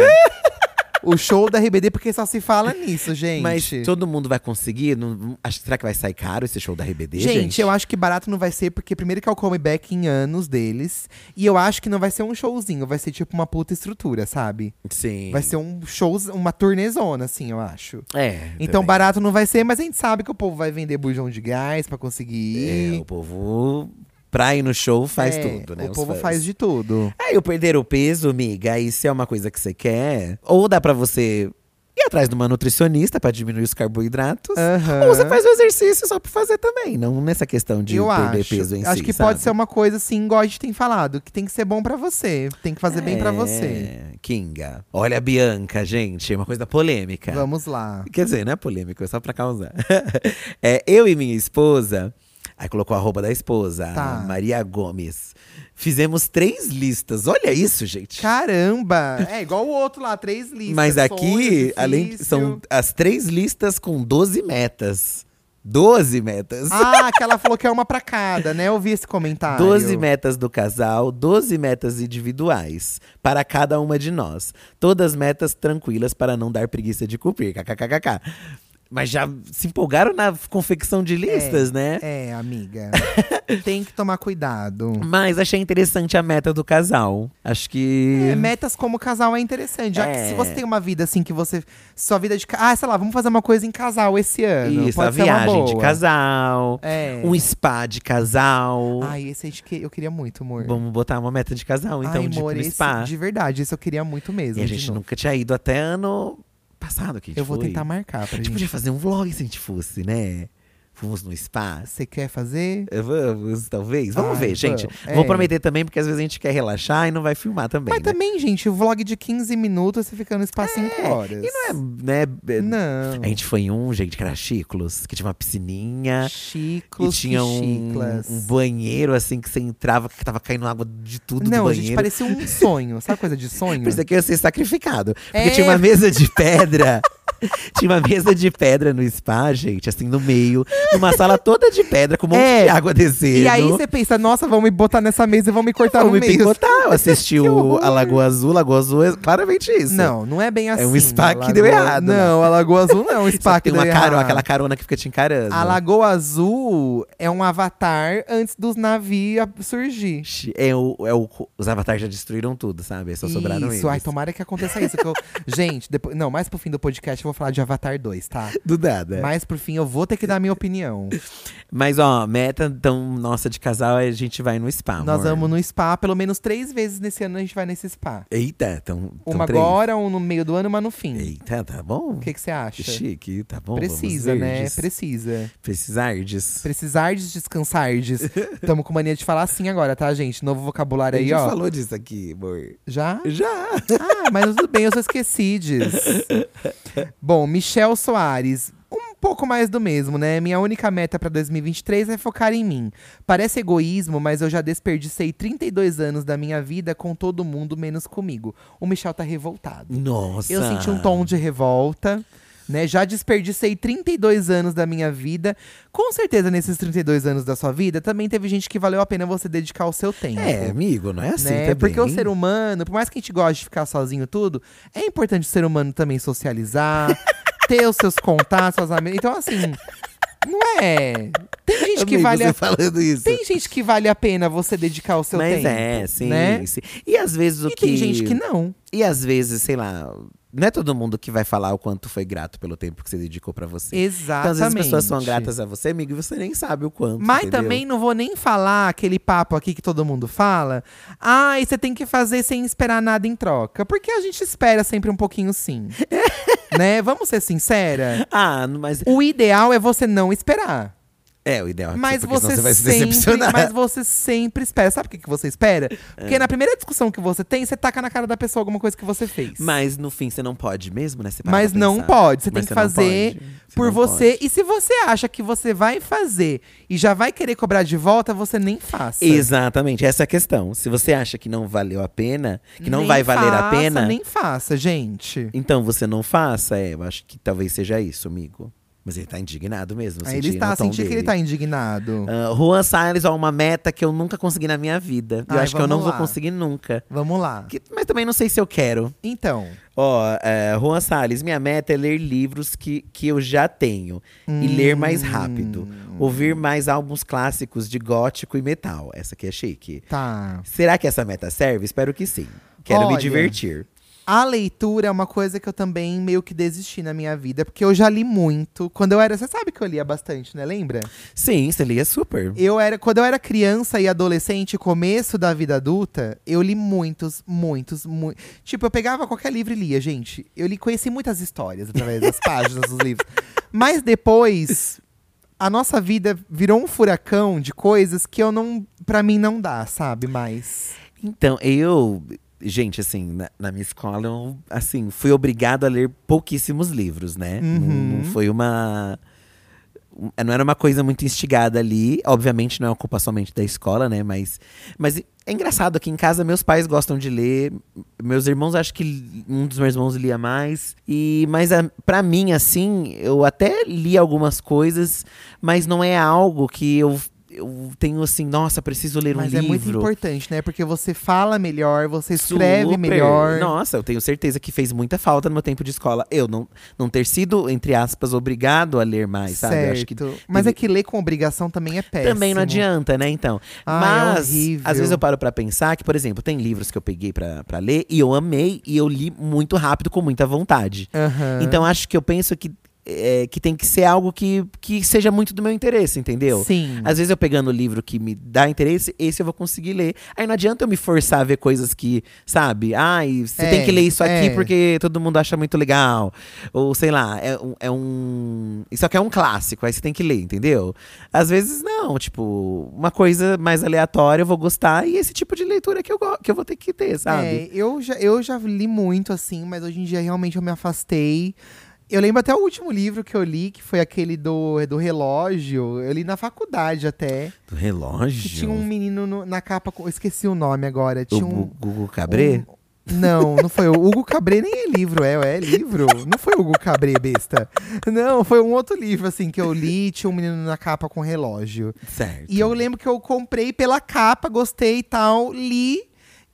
o show da RBD, porque só se fala nisso, gente. Mas todo mundo vai conseguir? Não- acho- será que vai sair caro esse show da RBD? Gente, Gente, eu acho que barato não vai ser, porque primeiro que é o comeback em anos deles. E eu acho que não vai ser um showzinho, vai ser tipo uma puta estrutura, sabe? Sim. Vai ser um show, uma turnezona, assim, eu acho. É. Então também. barato não vai ser, mas a gente sabe que o povo vai vender bujão de gás pra conseguir. É, o povo, pra ir no show, faz É, tudo, né? O Os povo fãs. faz de tudo. Aí Ah, eu perder o peso, amiga, aí se é uma coisa que você quer, ou dá pra você ir atrás de uma nutricionista pra diminuir os carboidratos, Aham. ou você faz o exercício só pra fazer também, não nessa questão de eu perder acho. peso em acho si, que sabe? pode ser uma coisa assim, igual a gente tem falado, que tem que ser bom pra você, tem que fazer bem pra você. É, Kinga. Olha a Bianca, gente, é uma coisa polêmica. Vamos lá. Quer dizer, não é polêmico, é só pra causar. É, eu e minha esposa, aí colocou a roupa da esposa, a Tá. Maria Gomes. Fizemos três listas, olha isso, gente. Caramba! É igual o outro lá, três listas. Mas aqui, sonho, além difícil. são as três listas com 12 metas. 12 metas. Ah, que ela falou que é uma pra cada, né? Eu vi esse comentário. 12 metas do casal, 12 metas individuais para cada uma de nós. Todas metas tranquilas para não dar preguiça de cumprir. KKKKK. Mas já se empolgaram na confecção de listas, né? É, amiga. tem que tomar cuidado. Mas achei interessante a meta do casal. Acho que. É, metas como casal é interessante. Já que Hum. É. se você tem uma vida assim que você. Sua vida de. ca- Ah, sei lá, vamos fazer uma coisa em casal esse ano. Isso, É, Pode a ser uma viagem de boa. casal, É. Ah, um spa de casal. Ai, esse aí de que eu queria muito, amor. Vamos botar uma meta de casal, então, Ai, de ir amor, pro esse- spa. de verdade, isso eu queria muito mesmo. E a de gente novo. nunca tinha ido até ano passado que a gente Eu vou foi. tentar marcar A pra gente gente. podia fazer um vlog se a gente fosse, né? Fomos no spa. É, Você quer fazer? Vamos, talvez. Vamos Ai, ver, gente. vamos. Vou É. prometer também, porque às vezes a gente quer relaxar e não vai filmar também. Mas né? É, também, gente, o vlog de 15 minutos, você fica no spa 5 horas. E não é, né? Não. A gente foi em um, gente, que era Chiclos, que tinha uma piscininha. Chiclos, e tinha um, chiclas. um banheiro, assim, que você entrava, que tava caindo água de tudo do Não, banheiro. é, gente, parecia um sonho. Sabe coisa de sonho? Por isso que eu ia ser sacrificado. Porque É. tinha uma mesa de pedra. tinha uma mesa de pedra no spa, gente, assim, no meio. Numa sala toda de pedra, com um monte É. de água descendo. E aí você pensa, nossa, vão me botar nessa mesa e vão me cortar Vou no me meio. picotar. Eu assisti o, horror. a Lagoa Azul. Lagoa Azul é claramente isso. Não, não é bem assim. É um spa A que deu Lagoa- errado, né? Não, a Lagoa Azul não é um Só spa que que tem uma deu carona, errado. aquela né? carona que fica te encarando. A Lagoa Azul é um avatar antes dos navios surgir. Ixi, É o, é o, os avatares já destruíram tudo, sabe? Só sobraram isso, eles. ai, tomara que aconteça isso. que eu- Gente, depois... não, mais pro fim do podcast eu vou falar de Avatar 2, tá? Do nada. Mas, Mas pro fim eu vou ter que dar a minha opinião. ó, meta então, nossa de casal é a gente vai no spa. Nós amor. vamos no spa, pelo menos três vezes nesse ano a gente vai nesse spa. Eita, então. Uma agora, um no meio do ano, uma no fim. Eita, tá bom. O que que você acha? Chique, tá bom. Precisa, vamos né? verdes. Precisa. Precisar disso. Precisar de descansar. Tamo com mania de falar assim agora, tá, gente? Novo vocabulário A gente aí, já ó. falou disso aqui, amor. Já? Já! Ah, mas tudo bem, eu só esqueci disso. Bom, Michel Soares. Um pouco mais do mesmo, né? Minha única meta pra 2023 é focar em mim. Parece egoísmo, mas eu já desperdicei 32 anos da minha vida com todo mundo, menos comigo. O Michel tá revoltado. Nossa! Eu senti um tom de revolta. Né? Já desperdicei 32 anos da minha vida. Com certeza, nesses 32 anos da sua vida, também teve gente que valeu a pena você dedicar o seu tempo É, amigo, não é assim. né? também. Porque o ser humano, por mais que a gente goste de ficar sozinho tudo, é importante o ser humano também socializar, ter os seus contatos, suas amigas. Então, assim, não é. Tem gente que Amigo, vale você a... falando isso. Tem gente que vale a pena você dedicar o seu Mas tempo. é, sim, né? sim. E às vezes o E que. tem gente que não. E às vezes, sei lá, não é todo mundo que vai falar o quanto foi grato pelo tempo que você dedicou pra você. Então, Exatamente. às vezes as pessoas são gratas a você, amigo, e você nem sabe o quanto. Mas entendeu? também não vou nem falar aquele papo aqui que todo mundo fala. Ai, você tem que fazer sem esperar nada em troca. Porque a gente espera sempre um pouquinho sim. né? Vamos ser sincera. Ah, n- mas. O ideal é você não esperar. É, o ideal é que Mas porque senão você, você vai se sempre, decepcionar. mas você sempre espera. Sabe o que, que você espera? Porque na primeira discussão que você tem, você taca na cara da pessoa alguma coisa que você fez. Mas no fim você não pode mesmo, né? Você para Mas pra não pensar. pode. Você Mas tem que não fazer pode. Você por não você. pode. E se você acha que você vai fazer e já vai querer cobrar de volta, você nem faça. Exatamente, essa é a questão. Se você acha que não valeu a pena, que não Nem vai valer a faça, pena, Nem faça, gente. então você não faça. É, eu acho que talvez seja isso, amigo. Mas ele tá indignado mesmo. eu Aí ele senti está no tom sentindo que ele dele. tá indignado. Ah, Juan Salles, ó, uma meta que eu nunca consegui na minha vida. eu Ai, acho que eu vamos não vou lá. conseguir nunca. Vamos lá. Que- mas também não sei se eu quero. Então, Ó, é, Juan Salles, minha meta é ler livros que, que eu já tenho. E ler mais rápido. Ouvir mais álbuns clássicos de gótico e metal. Essa aqui é chique. tá. Será que essa meta serve? Espero que sim. Quero Olha. me divertir. A leitura é uma coisa que eu também meio que desisti na minha vida, porque eu já li muito. Quando eu era. Você sabe que eu lia bastante, né? Lembra? Sim, você lia super. Eu era, quando eu era criança e adolescente, começo da vida adulta, eu li muitos, muitos, muitos. Tipo, eu pegava qualquer livro e lia, gente. Eu li, conheci muitas histórias através das páginas dos livros. Mas depois, a nossa vida virou um furacão de coisas que eu não. Pra mim não dá, sabe? Mas. Então, eu. Gente, assim, na, na minha escola, eu, assim, fui obrigado a ler pouquíssimos livros, né? Não- Não, Uhum. foi uma. um- Não era uma coisa muito instigada ali. Obviamente, não é uma culpa somente da escola, né? Mas, mas é engraçado que em casa meus pais gostam de ler. Meus irmãos, acho que um dos meus irmãos lia mais. E, mas a, pra mim, assim, eu até li algumas coisas, mas não é algo que eu. Eu tenho assim, nossa, preciso ler um mas é livro. muito importante, né? Porque você fala melhor, você escreve melhor. Nossa, eu tenho certeza que fez muita falta no meu tempo de escola. Eu não, não ter sido, entre aspas, obrigado a ler mais, sabe? Eu Acho que Certo. Mas teve- é que ler com obrigação também é péssimo. também não adianta, né? Então. Ai, é Mas, horrível. às vezes eu paro pra pensar que, por exemplo, tem livros que eu peguei pra pra ler e eu amei e eu li muito rápido, com muita vontade. Aham. Então acho que eu penso que é, que tem que ser algo que, que seja muito do meu interesse, entendeu? Sim. Às vezes eu pegando o livro que me dá interesse, esse eu vou conseguir ler. Aí não adianta eu me forçar a ver coisas que, sabe? Ai, você É, tem que ler isso aqui é. porque todo mundo acha muito legal. Ou sei lá, é, um- é um. Isso aqui é um clássico, aí você tem que ler, entendeu? Às vezes não, tipo, uma coisa mais aleatória eu vou gostar e esse tipo de leitura que eu, go- que eu vou ter que ter, sabe? É, eu, já, eu já li muito, assim, mas hoje em dia realmente eu me afastei. Eu lembro até o último livro que eu li, que foi aquele do, do relógio. Eu li na faculdade até. Que Do relógio. tinha um menino no- na capa. com- Eu esqueci o nome agora. Tinha o um. Gu- Gugu Cabré? um- Não, não foi. O Hugo Cabré nem é livro, é, é livro. Não foi o Hugo Cabré, besta. Não, foi um outro livro, assim, que eu li. Tinha um menino na capa com relógio. Certo. E eu lembro que eu comprei pela capa, gostei e tal, li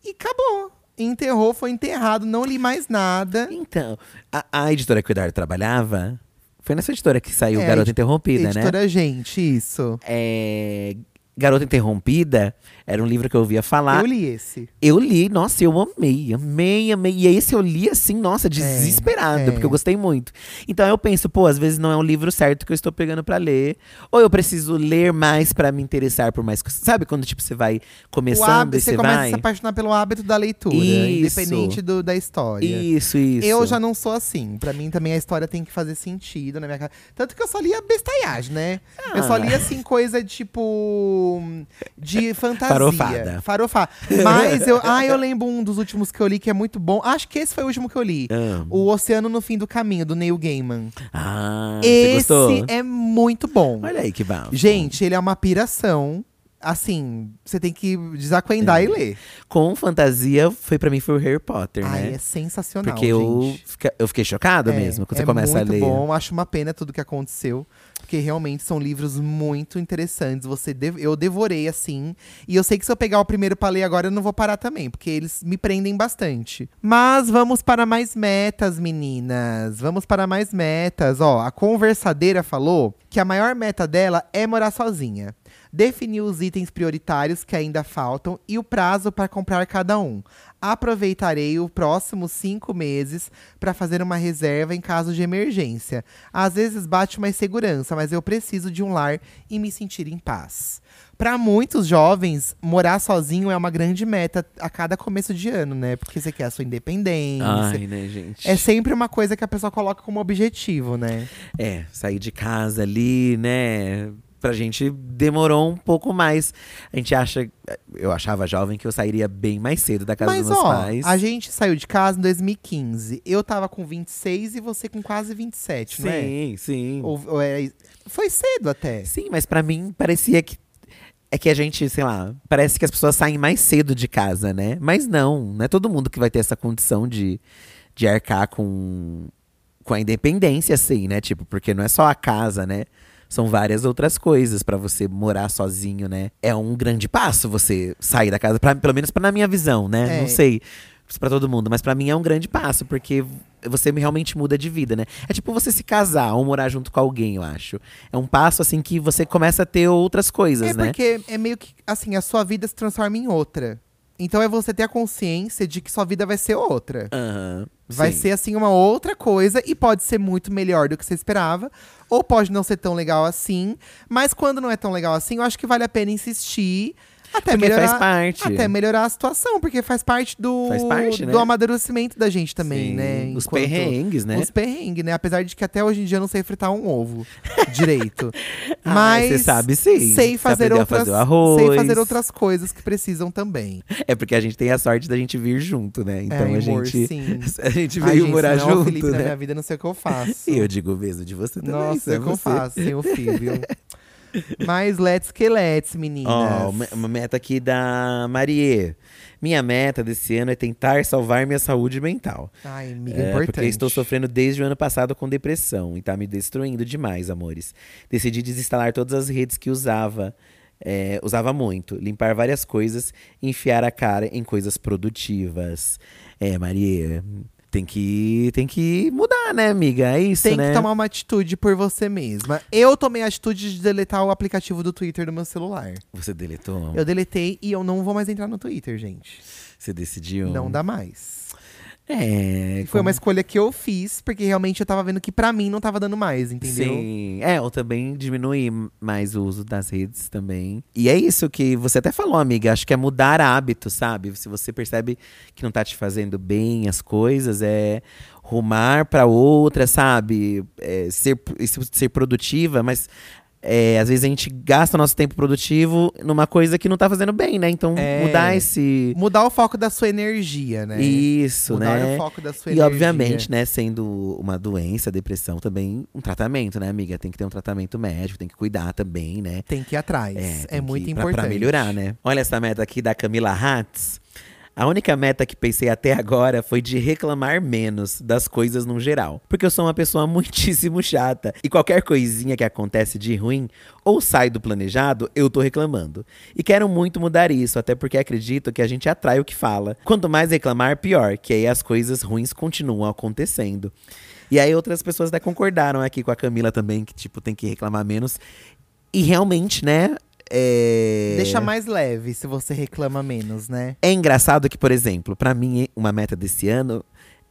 e acabou. Enterrou, foi enterrado, não li mais nada. Então, a, a editora que o Eduardo trabalhava, foi nessa editora que saiu É, Garota edi- Interrompida, né? Editora Gente, isso. É, Garota Interrompida era um livro que eu ouvia falar. Eu li esse. Eu li, nossa, eu amei, amei, amei. E esse eu li assim, nossa, desesperado, é. porque eu gostei muito. Então eu penso, pô, às vezes não é um livro certo que eu estou pegando pra ler, ou eu preciso ler mais pra me interessar por mais coisas. Sabe quando tipo você vai O começando hábito, e você você começa a vai? se apaixonar pelo hábito da leitura, Isso. independente do, da história. Isso, isso. Eu já não sou assim. Pra mim também a história tem que fazer sentido na minha casa. Tanto que eu só lia bestaiagem, né? Eu só Ah. lia assim coisa tipo de fantasia, Farofada. farofá. Mas eu, ah, eu lembro um dos últimos que eu li que é muito bom. Acho que esse foi o último que eu li. Ah. O Oceano no Fim do Caminho do Neil Gaiman. Ah, você esse gostou? é muito bom. Olha aí que bafo. Gente, ele é uma piração. Assim, você tem que desacuendar e ler. Com fantasia, foi pra mim foi o Harry Potter, Ai, é né? sensacional, Porque eu, gente. fica- eu fiquei chocado É, mesmo quando é você começa a muito ler. bom, acho uma pena tudo que aconteceu. Porque realmente são livros muito interessantes. Você dev- Eu devorei assim. E eu sei que se eu pegar o primeiro pra ler agora, eu não vou parar também, porque eles me prendem bastante. Mas vamos para mais metas, meninas. Vamos para mais metas. Ó, a conversadeira falou que a maior meta dela é morar sozinha. Definir os itens prioritários que ainda faltam e o prazo para comprar cada um. Aproveitarei os próximos cinco meses para fazer uma reserva em caso de emergência. Às vezes bate uma insegurança, mas eu preciso de um lar e me sentir em paz. Para muitos jovens, morar sozinho é uma grande meta a cada começo de ano, né? Porque você quer a sua independência. Ai, né, gente? É sempre uma coisa que a pessoa coloca como objetivo, né? É, sair de casa ali, né? Pra gente demorou um pouco mais. A gente acha. Eu achava jovem que eu sairia bem mais cedo da casa Mas dos meus ó, pais. a gente saiu de casa em 2015. Eu tava com 26 e você com quase 27, não é? Sim, sim. Ou, ou é- foi cedo até. Sim, mas pra mim parecia que. É que a gente, sei lá, parece que as pessoas saem mais cedo de casa, né? Mas não, não é todo mundo que vai ter essa condição de, de arcar com, com a independência, assim, né? Tipo, porque não é só a casa, né? São várias outras coisas pra você morar sozinho, né? É um grande passo você sair da casa, pra, pelo menos pra, na minha visão, né? É. Não sei se pra todo mundo, mas pra mim é um grande passo, porque você realmente muda de vida, né? É tipo você se casar ou morar junto com alguém, eu acho. É um passo assim que você começa a ter outras coisas, É né? porque é meio que assim, a sua vida se transforma em outra. Então é você ter a consciência de que sua vida vai ser outra. Aham, Vai sim. ser assim uma outra coisa e pode ser muito melhor do que você esperava, ou pode não ser tão legal assim, mas quando não é tão legal assim, eu acho que vale a pena insistir até Porque melhorar faz parte. até melhorar a situação, porque faz parte do Faz parte, né? do amadurecimento da gente também, Sim, né? Os Enquanto- perrengues, né? Os perrengues, né? Apesar de que até hoje em dia eu não sei fritar um ovo direito. Ah, Mas você sabe sim. sei Você fazer aprendeu a outras fazer o arroz. sei fazer outras coisas que precisam também. É porque a gente tem a sorte da gente vir junto, né? Então Ai, É, a amor, gente sim. a gente Ai, veio gente, morar senão o junto, Felipe na né? minha vida eu não sei o que eu faço. E eu digo o mesmo de você também. Nossa, só eu você. confesso, sem o fio, viu? Mas let's que let's, meninas. Ó, uma- uma meta aqui da Marie. Minha meta desse ano é tentar salvar minha saúde mental. Ai, amiga, É, importante. porque estou sofrendo desde o ano passado com depressão e tá me destruindo demais, amores. Decidi desinstalar todas as redes que usava. é, usava muito, limpar várias coisas, enfiar a cara em coisas produtivas. É, Maria, tem que, tem que mudar, né, amiga? É isso, Tem né? que tomar uma atitude por você mesma. Eu tomei a atitude de deletar o aplicativo do Twitter do meu celular. Você deletou? Eu deletei e eu não vou mais entrar no Twitter, gente. Você decidiu? Não dá mais. É. Foi uma escolha que eu fiz, porque realmente eu tava vendo que pra mim não tava dando mais, entendeu? Sim. É, eu também diminuí mais o uso das redes também. E é isso que você até falou, amiga. Acho que é mudar hábito, sabe? Se você percebe que não tá te fazendo bem as coisas, é rumar pra outra, sabe? É, ser, ser produtiva, mas. é, às vezes a gente gasta nosso tempo produtivo numa coisa que não tá fazendo bem, né? Então, É. mudar esse. Mudar o foco da sua energia, né? Isso, Mudar né? o foco da sua E energia. obviamente, né, sendo uma doença, depressão também, um tratamento, né, amiga? Tem que ter um tratamento médico, tem que cuidar também, né? Tem que ir atrás. É, tem muito que- pra- importante. Pra melhorar, né? Olha essa meta aqui da Camila Hatz. A única meta que pensei até agora foi de reclamar menos das coisas no geral. Porque eu sou uma pessoa muitíssimo chata. E qualquer coisinha que acontece de ruim ou sai do planejado, eu tô reclamando. E quero muito mudar isso, até porque acredito que a gente atrai o que fala. Quanto mais reclamar, pior, que aí as coisas ruins continuam acontecendo. E aí outras pessoas até concordaram aqui com a Camila também, que tipo, tem que reclamar menos. E realmente, né? É... Deixa mais leve se você reclama menos, né? É engraçado que, por exemplo, pra mim, uma meta desse ano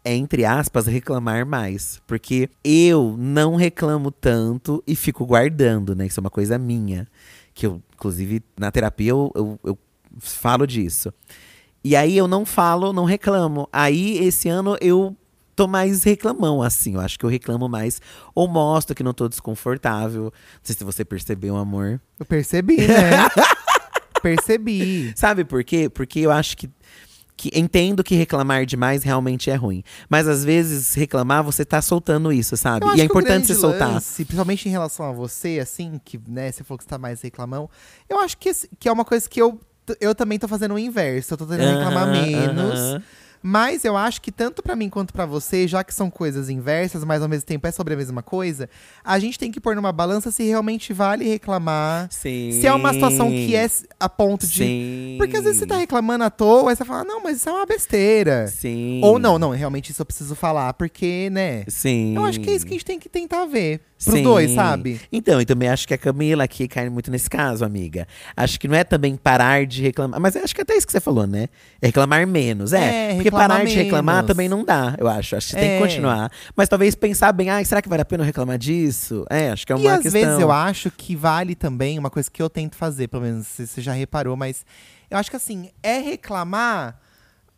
é, entre aspas, reclamar mais. Porque eu não reclamo tanto e fico guardando, né? Isso é uma coisa minha. Que eu, inclusive, na terapia eu, eu, eu falo disso. E aí eu não falo, não reclamo. Aí, esse ano, eu tô mais reclamão, assim. Eu acho que eu reclamo mais. Ou mostro que não tô desconfortável. Não sei se você percebeu, amor. Eu percebi, né? percebi. Sabe por quê? Porque eu acho que, que. Entendo que reclamar demais realmente é ruim. Mas às vezes, reclamar, você tá soltando isso, sabe? Eu acho E é que o importante você grande soltar. lance, principalmente em relação a você, assim, que né, você falou que você tá mais reclamão. Eu acho que, esse- que é uma coisa que eu, t- eu também tô fazendo o inverso. Eu tô tentando né, reclamar Aham, menos. aham. Mas eu acho que tanto pra mim quanto pra você, já que são coisas inversas, mas ao mesmo tempo é sobre a mesma coisa, a gente tem que pôr numa balança se realmente vale reclamar. Sim. Se é uma situação que é s- a ponto de. Sim. Porque às vezes você tá reclamando à toa, aí você fala, não, mas isso é uma besteira. Sim. Ou não, não, realmente isso eu preciso falar, porque, né? Sim. Eu acho que é isso que a gente tem que tentar ver. Pros Sim. dois, sabe? Então, e também acho que a Camila aqui cai muito nesse caso, amiga. Acho que não é também parar de reclamar. Mas acho que até isso que você falou, né? É reclamar menos. É, É, porque reclamar parar de reclamar menos. também não dá, eu acho. Acho que tem que É. continuar. Mas talvez pensar bem, ah, será que vale a pena eu reclamar disso? É, acho que é uma e às questão. vezes eu acho que vale também uma coisa que eu tento fazer, pelo menos se você já reparou, mas eu acho que assim, é reclamar,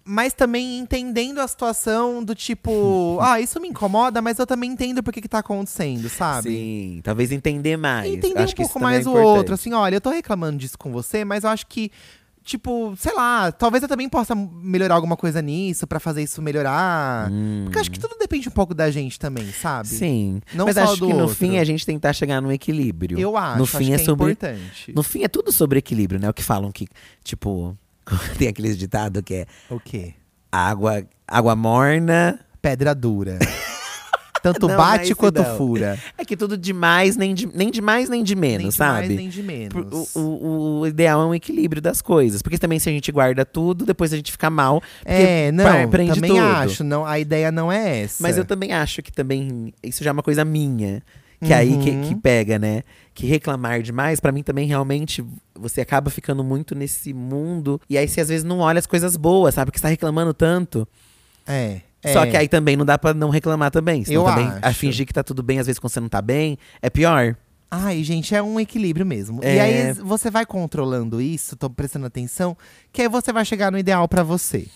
mas também entendendo a situação do tipo, ah, isso me incomoda, mas eu também entendo por que que tá acontecendo, sabe? Sim, talvez entender mais. entender acho um que isso pouco também é mais o outro. importante. Assim, olha, eu tô reclamando disso com você, mas eu acho que, tipo, sei lá, talvez eu também possa melhorar alguma coisa nisso pra fazer isso melhorar. Porque eu acho que tudo depende um pouco da gente também, sabe? Hum. Sim. Não Mas só acho do que no outro. fim a gente tentar chegar num equilíbrio. Eu acho, No fim acho é que é sobre importante. No fim é tudo sobre equilíbrio, né? O que falam que, tipo, tem aquele ditado que é O quê? água, água morna. Pedra dura. Tanto Não, não é bate esse quanto não. fura. É que tudo demais, nem de, nem de mais, nem de menos, nem de sabe? mais, nem de Por- o- menos. o, o ideal é um equilíbrio das coisas. Porque também se a gente guarda tudo, depois a gente fica mal. porque é, pra- não, prende também tudo. acho. Não, a ideia não é essa. Mas eu também acho que também isso já é uma coisa minha. Que aí Uhum. que, que pega, né? Que reclamar demais, pra mim também realmente você acaba ficando muito nesse mundo. E aí você às vezes não olha as coisas boas, sabe? Porque você tá reclamando tanto. É. Só é. que aí também não dá pra não reclamar também. Senão Eu também a acho. fingir que tá tudo bem, às vezes quando você não tá bem, é pior. Ai, gente, é um equilíbrio mesmo. E É. aí você vai controlando isso, tô prestando atenção, que aí você vai chegar no ideal pra você.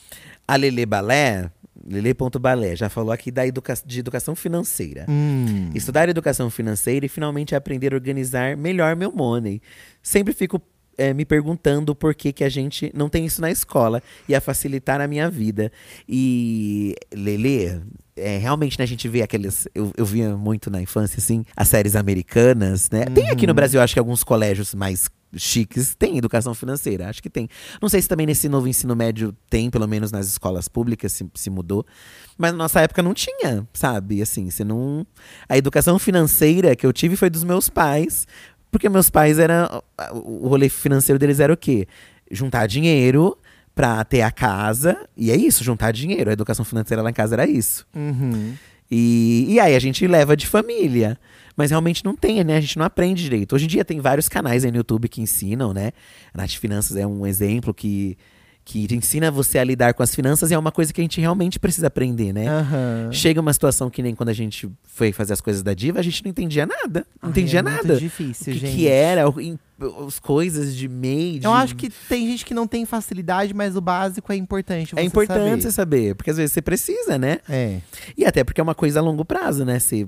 A Lele Balé, Lele.balé, já falou aqui da educa de educação financeira. Hum. Estudar educação financeira e finalmente aprender a organizar melhor meu money. Sempre fico eh, me perguntando por que, que a gente não tem isso na escola e a facilitar a minha vida. E, Lele, é, realmente né, a gente vê aqueles. Eu, eu via muito na infância, assim, as séries americanas, né? Tem aqui no Brasil, acho que alguns colégios mais chiques têm educação financeira, acho que tem. Não sei se também nesse novo ensino médio tem, pelo menos nas escolas públicas se, se mudou. Mas na nossa época não tinha, sabe? Assim, você não. A educação financeira que eu tive foi dos meus pais, porque meus pais era o rolê financeiro deles era o quê? Juntar dinheiro pra ter a casa, e é isso, juntar dinheiro. A educação financeira lá em casa era isso. Uhum. E, e aí a gente leva de família. Mas realmente não tem, né? A gente não aprende direito. Hoje em dia tem vários canais aí no YouTube que ensinam, né? A Nath Finanças é um exemplo que que ensina você a lidar com as finanças e é uma coisa que a gente realmente precisa aprender, né? Aham. Chega uma situação que nem quando a gente foi fazer as coisas da diva, a gente não entendia nada. Não Ai, entendia é nada. Muito o difícil, que, gente. que era, o- em- as coisas de meio. de- Eu acho que tem gente que não tem facilidade, mas o básico é importante. É você importante você saber. saber, porque às vezes você precisa, né? É. E até porque é uma coisa a longo prazo, né? Você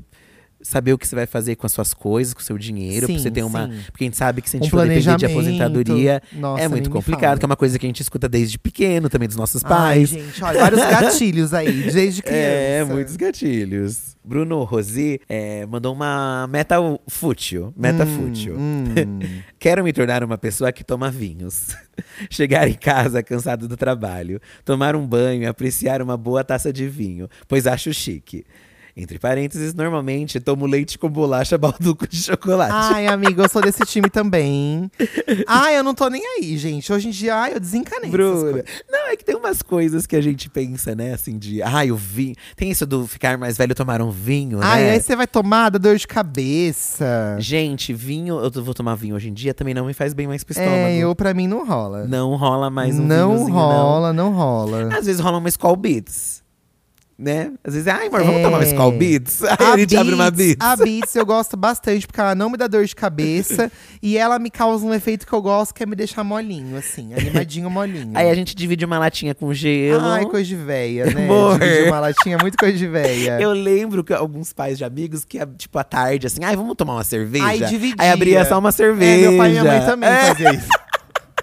saber o que você vai fazer com as suas coisas, com o seu dinheiro, pra Sim, você ter uma. sim. Porque a gente sabe que se a Um gente for depender de planejamento. aposentadoria, Nossa, é nem muito me complicado, fala. que é uma coisa que a gente escuta desde pequeno, também dos nossos Ai, pais. gente, olha, vários gatilhos aí, desde criança. É, muitos gatilhos. Bruno Rosi é, mandou uma meta fútil. Meta fútil. Hum. Quero me tornar uma pessoa que toma vinhos. Chegar em casa cansado do trabalho, tomar um banho e apreciar uma boa taça de vinho, pois acho chique. Entre parênteses, normalmente tomo leite com bolacha balduco de chocolate. Ai, amiga, eu sou desse time também. Ai, eu não tô nem aí, gente. Hoje em dia, ai, eu desencanei. essas Bruna. coisas. Não, é que tem umas coisas que a gente pensa, né? Assim, de. Ai, o vinho. Tem isso do ficar mais velho e tomar um vinho, Ai, né? aí você vai tomar, dá dor de cabeça. Gente, vinho, eu vou tomar vinho hoje em dia, também não me faz bem mais pro estômago. É, eu, pra mim, não rola. Não rola mais um não vinhozinho, rola, não, rola. Às vezes rola uma Skull Beats, né? Às vezes, ai, amor, vamos É. tomar uma Skull Beats? Aí a, gente abre uma Beats. A Beats eu gosto bastante, porque ela não me dá dor de cabeça. e ela me causa um efeito que eu gosto, que é me deixar molinho, assim. Animadinho, molinho. Aí a gente divide uma latinha com gelo. Ai, coisa de véia, né? Amor. Dividir uma latinha, é muito coisa de véia. é. Eu lembro que alguns pais de amigos que, tipo, à tarde, assim, ai, vamos tomar uma cerveja? Aí dividia. Aí abria só uma É, cerveja. meu pai e minha mãe também É. fazem isso.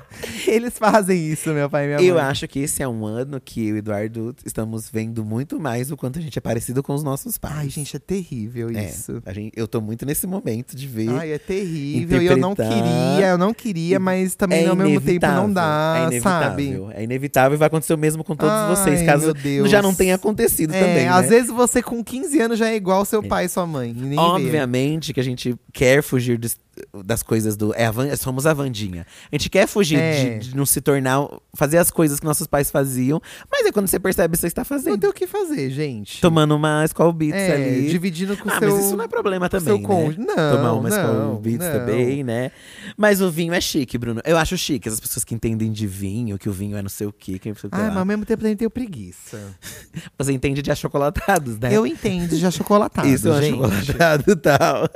Eles fazem isso, meu pai e minha Eu mãe. acho que esse é um ano que eu e o Eduardo estamos vendo muito mais o quanto a gente é parecido com os nossos pais. Ai, gente, é terrível É, isso. a gente- eu tô muito nesse momento de ver. Ai, é terrível. E eu não interpretar. queria, eu não queria, mas também ao mesmo tempo não dá, é sabe? inevitável. É inevitável e vai acontecer o mesmo com todos Ai, vocês, caso meu Deus. já não tenha acontecido É, também. Às né? vezes é você com 15 anos já é igual seu pai e sua mãe. e nem vê. Obviamente que a gente quer fugir dos- das coisas do. É, a Van- somos a Vandinha. A gente quer fugir É. de, de não se tornar. fazer as coisas que nossos pais faziam, mas é quando você percebe que você está Não fazendo. tem o que fazer, gente. Tomando uma Skull Beats é, ali. dividindo com ah, seu. mas isso não é problema com também. seu né? cônjuge. Não, Tomar uma não, Skull Beats não. também, né? Mas o vinho é chique, Bruno. Eu acho chique. As pessoas que entendem de vinho, que o vinho é não sei o quê, que não sei o que Ah, lá. mas ao mesmo tempo também tenho preguiça. Você entende de achocolatados, né? Eu entendo de achocolatado, Isso, é um gente. achocolatado e tal.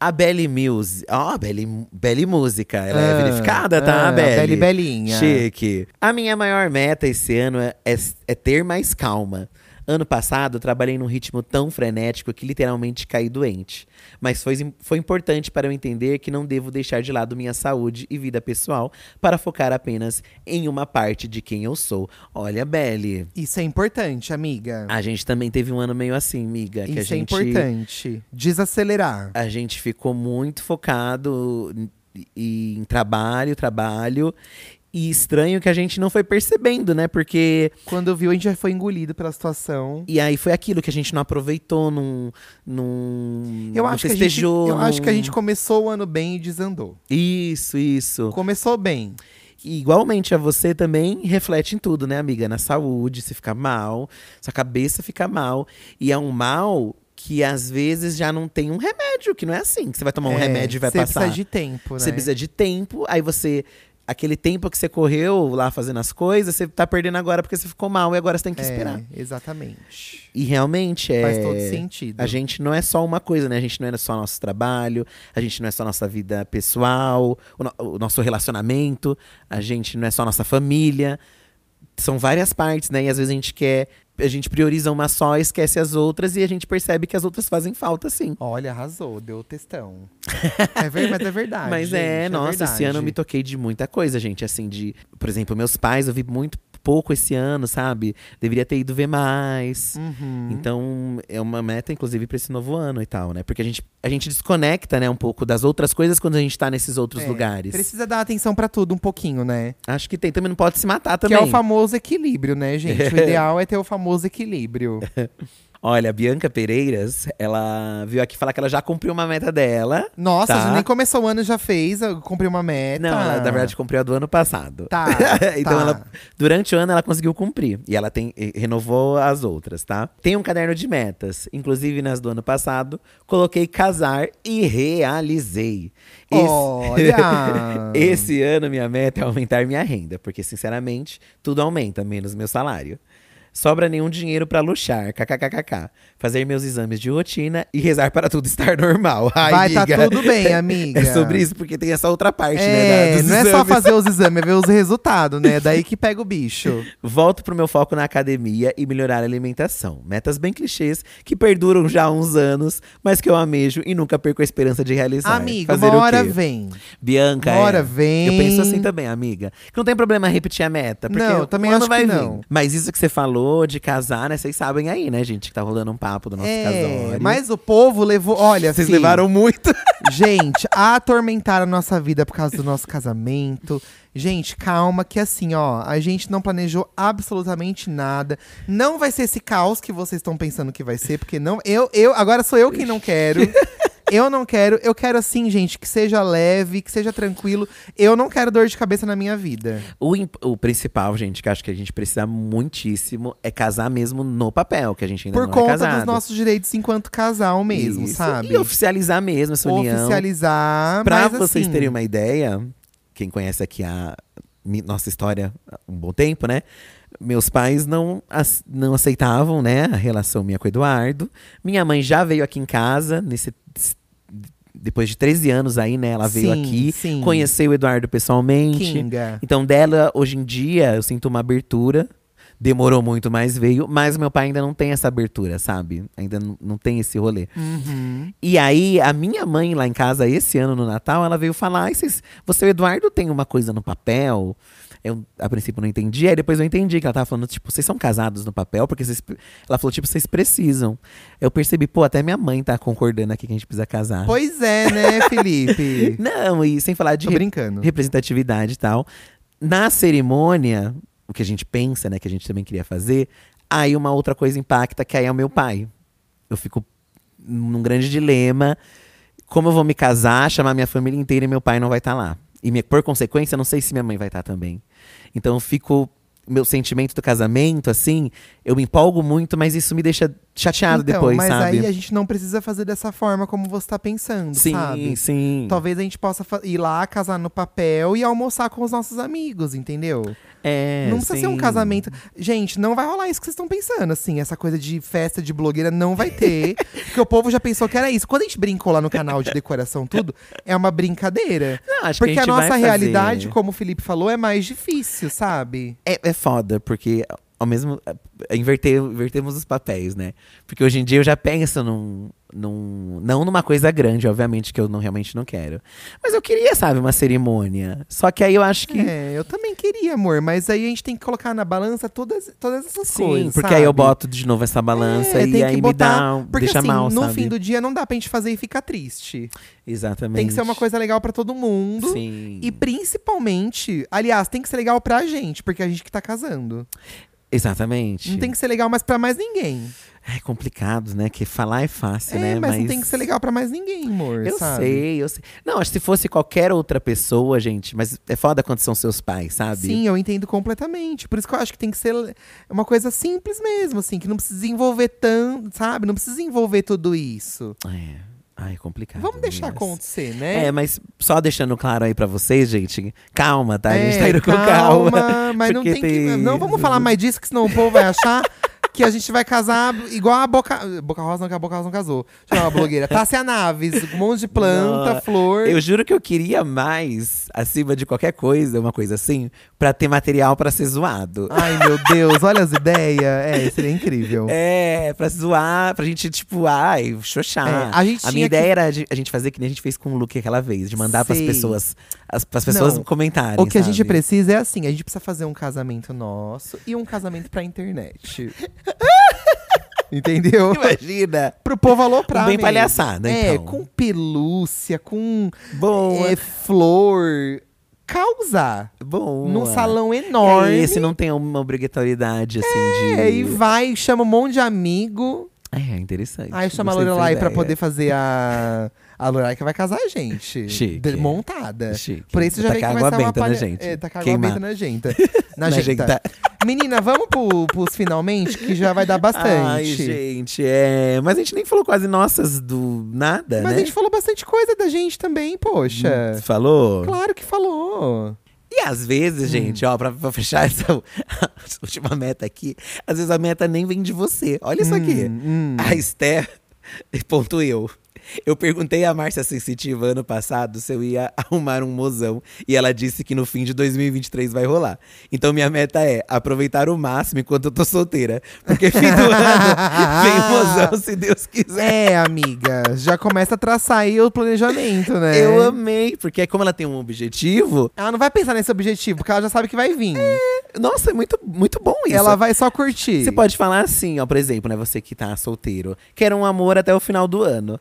A Belly Music. Ó, a Belly, Belly Música. Ela é Ah, verificada, tá, ah, Belly? Belly Belinha. Chique. A minha maior meta esse ano é, é- é ter mais calma. Ano passado, eu trabalhei num ritmo tão frenético que literalmente caí doente. Mas foi, im- foi importante para eu entender que não devo deixar de lado minha saúde e vida pessoal para focar apenas em uma parte de quem eu sou. Olha, Belly. Isso é importante, amiga. A gente também teve um ano meio assim, miga. que a Isso é gente, importante. Desacelerar. A gente ficou muito focado em- em trabalho, trabalho. E estranho que a gente não foi percebendo, né? Porque. Quando viu, a gente já foi engolido pela situação. E aí foi aquilo que a gente não aproveitou, não. não Eu não acho, que a gente, festejou, eu acho não- que a gente começou o ano bem e desandou. Isso, isso. Começou bem. E igualmente a você também reflete em tudo, né, amiga? Na saúde, você fica mal, sua cabeça fica mal. E é um mal que às vezes já não tem um remédio, que não é assim. Que você vai tomar um É, remédio e vai você passar. precisa de tempo, né? Você precisa de tempo, aí você. Aquele tempo que você correu lá fazendo as coisas, você tá perdendo agora porque você ficou mal e agora você tem que é, esperar. Exatamente. E realmente é. Faz todo sentido. A gente não é só uma coisa, né? A gente não é só nosso trabalho, a gente não é só nossa vida pessoal, o, no- o nosso relacionamento, a gente não é só nossa família. São várias partes, né? E às vezes a gente quer. A gente prioriza uma só, esquece as outras e a gente percebe que as outras fazem falta, sim. Olha, arrasou, deu o textão. é ver, mas é verdade. Mas gente, é, nossa, verdade. esse ano eu me toquei de muita coisa, gente. Assim, de. Por exemplo, meus pais, eu vi muito pouco esse ano, sabe? Deveria ter ido ver mais. Uhum. Então, é uma meta, inclusive, pra esse novo ano e tal, né? Porque a gente, a gente desconecta, né, um pouco das outras coisas quando a gente tá nesses outros É, lugares. Precisa dar atenção pra tudo um pouquinho, né? Acho que tem. Também não é pode se matar também. Que é o famoso equilíbrio, né, gente? O ideal é ter o famoso equilíbrio. Olha, a Bianca Pereiras, ela veio aqui falar que ela já cumpriu uma meta dela. Nossa, tá? já nem começou o ano e já fez. Eu comprei uma meta. Não, ela, na verdade cumpriu a do ano passado. É, Tá, então tá. ela durante o ano ela conseguiu cumprir e ela tem e- renovou as outras, tá? Tem um caderno de metas, inclusive nas do ano passado, coloquei casar e realizei. Esse- Olha! Esse ano minha meta é aumentar minha renda, porque sinceramente, tudo aumenta menos meu salário. Sobra nenhum dinheiro pra luxar, kkkk. Fazer meus exames de rotina e rezar para tudo estar normal. Ai, Vai tá amiga. tudo bem, amiga. É sobre isso, porque tem essa outra parte, né? da- É, dos não é só exames. fazer os exames, é ver os resultados, né? Daí que pega o bicho. Volto pro meu foco na academia e melhorar a alimentação. Metas bem clichês que perduram já há uns anos, mas que eu amejo e nunca perco a esperança de realizar. Amigo, Fazer uma hora o quê? vem. Bianca, Uma hora é. vem. Eu penso assim também, amiga. Que não tem problema repetir a meta, porque Não, o também ano acho vai que vir. não. Mas isso que você falou de casar, né? Vocês sabem aí, né, gente? Que tá rolando um papo do nosso É, casório. mas o povo levou. Olha, Vocês fi, levaram muito. Gente, atormentaram a nossa vida por causa do nosso casamento. Gente, calma, que assim, ó, a gente não planejou absolutamente nada. Não vai ser esse caos que vocês estão pensando que vai ser, porque não. Eu, eu, agora sou eu quem não quero. Eu não quero, eu quero assim, gente, que seja leve, que seja tranquilo. Eu não quero dor de cabeça na minha vida. O, imp- o principal, gente, que acho que a gente precisa muitíssimo é casar mesmo no papel, que a gente ainda por não é conta casado. dos nossos direitos enquanto casal mesmo, Isso. sabe? E oficializar mesmo essa união. Oficializar. Pra mas, vocês assim, terem uma ideia, quem conhece aqui a mi- nossa história há um bom tempo, né? Meus pais não, ac- não aceitavam, né, a relação minha com o Eduardo. Minha mãe já veio aqui em casa, nesse, depois de 13 anos aí, né? Ela veio Sim, aqui, sim. conheceu o Eduardo pessoalmente. Kinga. Então, dela, hoje em dia, eu sinto uma abertura. Demorou muito, mas veio. Mas meu pai ainda não tem essa abertura, sabe? Ainda n- não tem esse rolê. E aí, a minha mãe lá em casa, esse ano no Natal, ela veio falar: "Ai, vocês, você e o Eduardo tem uma coisa no papel? Eu, a princípio, não entendi. Aí depois eu entendi que ela tava falando, tipo, vocês são casados no papel? Porque vocês. pre-" Ela falou, tipo, vocês precisam. Eu percebi, pô, até minha mãe tá concordando aqui que a gente precisa casar. Pois é, né, Felipe? Não, e sem falar de Tô brincando. representatividade e tal. Na cerimônia, o que a gente pensa, né, que a gente também queria fazer, aí uma outra coisa impacta, que aí é o meu pai. Eu fico num grande dilema. Como eu vou me casar, chamar minha família inteira e meu pai não vai estar lá? E minha- por consequência, eu não sei se minha mãe vai estar também. Então eu fico. Meu sentimento do casamento, assim, eu me empolgo muito, mas isso me deixa chateado Então, depois, mas sabe? aí a gente não precisa fazer dessa forma como você tá pensando, sim, sabe? sim. Talvez a gente possa fa- ir lá, casar no papel e almoçar com os nossos amigos, entendeu? É, não precisa ser um sim. casamento. Gente, não vai rolar isso que vocês estão pensando, assim. Essa coisa de festa de blogueira não vai ter. porque o povo já pensou que era isso. Quando a gente brincou lá no canal de decoração, tudo, é uma brincadeira. Não, acho que porque a, gente vai nossa fazer. realidade, como o Felipe falou, é mais difícil, sabe? É, é foda, porque ao mesmo. é, Inverter, invertemos os papéis, né? Porque hoje em dia eu já penso num. num não numa coisa grande, obviamente, que eu não, realmente não quero. Mas eu queria, sabe, uma cerimônia. Só que aí eu acho que. É, eu também queria, amor, mas aí a gente tem que colocar na balança todas, todas essas Sim, coisas. porque aí eu sabe? boto de novo essa balança É, e tem aí que me botar, dá, um- porque deixa assim, mal, no sabe? fim do dia não dá pra gente fazer e ficar triste. Exatamente. Tem que ser uma coisa legal pra todo mundo. Sim. E principalmente, aliás, tem que ser legal pra gente, porque a gente que tá casando. Exatamente. Não tem que ser legal mais pra mais ninguém. É complicado, né? Que falar é fácil, é, né? mas, não tem que ser legal pra mais ninguém, amor. Eu sabe? sei, eu sei. Não, acho que se fosse qualquer outra pessoa, gente, mas é foda quando são seus pais, sabe? Sim, eu entendo completamente. Por isso que eu acho que tem que ser uma coisa simples mesmo, assim, que não precisa envolver tanto, sabe? Não precisa envolver tudo isso. É. Ai, é complicado. Vamos deixar meninas. acontecer, né? É, mas só deixando claro aí pra vocês, gente, calma, tá? A gente É, tá indo com calma. mas não porque tem, que. Não vamos falar mais disso, que senão o povo vai achar que a gente vai casar igual a Boca. Boca Rosa não, que a Boca Rosa não casou. Deixa eu uma blogueira. Tássia Naves, um monte de planta, Não, flor. Eu juro que eu queria mais, acima de qualquer coisa, uma coisa assim, pra ter material pra ser zoado. Ai, meu Deus, olha as ideias. É, seria incrível. É, pra zoar, pra gente, tipo, ai, xoxar. É, a gente minha tinha ideia era de- a gente fazer que nem a gente fez com o Luke aquela vez, de mandar pras Sei. pessoas, as, pras pessoas Não, comentarem. O que a gente sabe? precisa é assim, a gente precisa fazer um casamento nosso e um casamento pra internet. Entendeu? Imagina! Pro povo aloprar Bem mesmo. palhaçada, É, então. com pelúcia, com Boa! é, flor. Causar. boa! É, É Num salão Norte. enorme. Esse não tem uma obrigatoriedade, assim, de. É, e vai, chama um monte de amigo. É, interessante. Aí chama a Gostei dessa Lorelai pra ideia. poder fazer a. A Lorelai que vai casar a gente. Chique. De- Montada. Chique. Por isso já Tacar vem que vai água ser uma benta na palha... gente. É, tacar água Queimar. benta na jenta. Na, Na tá? jenta. jenta. Menina, vamos pro, pros finalmente, que já vai dar bastante. Ai, gente, é. Mas a gente nem falou quase nossas do nada, Mas né? Hum, a gente falou bastante coisa da gente também, poxa. Falou? Claro que falou. E às Hum. vezes, gente, ó, pra, pra fechar essa última meta aqui, às vezes a meta nem vem de você. Olha isso aqui. Hum, hum. A Esther, ponto eu. Eu perguntei a Márcia Sensitiva ano passado se eu ia arrumar um mozão. E ela disse que no fim de 2023 vai rolar. Então minha meta é aproveitar o máximo enquanto eu tô solteira. Porque fim do ano vem o mozão, se Deus quiser. É, amiga, já começa a traçar aí o planejamento, né? Eu amei, porque como ela tem um objetivo, Ela não vai pensar nesse objetivo, porque ela já sabe que vai vir. nossa, é muito, muito bom isso. ela vai só curtir. Você pode falar assim, ó, por exemplo, né? Você que tá solteiro, quer um amor até o final do ano.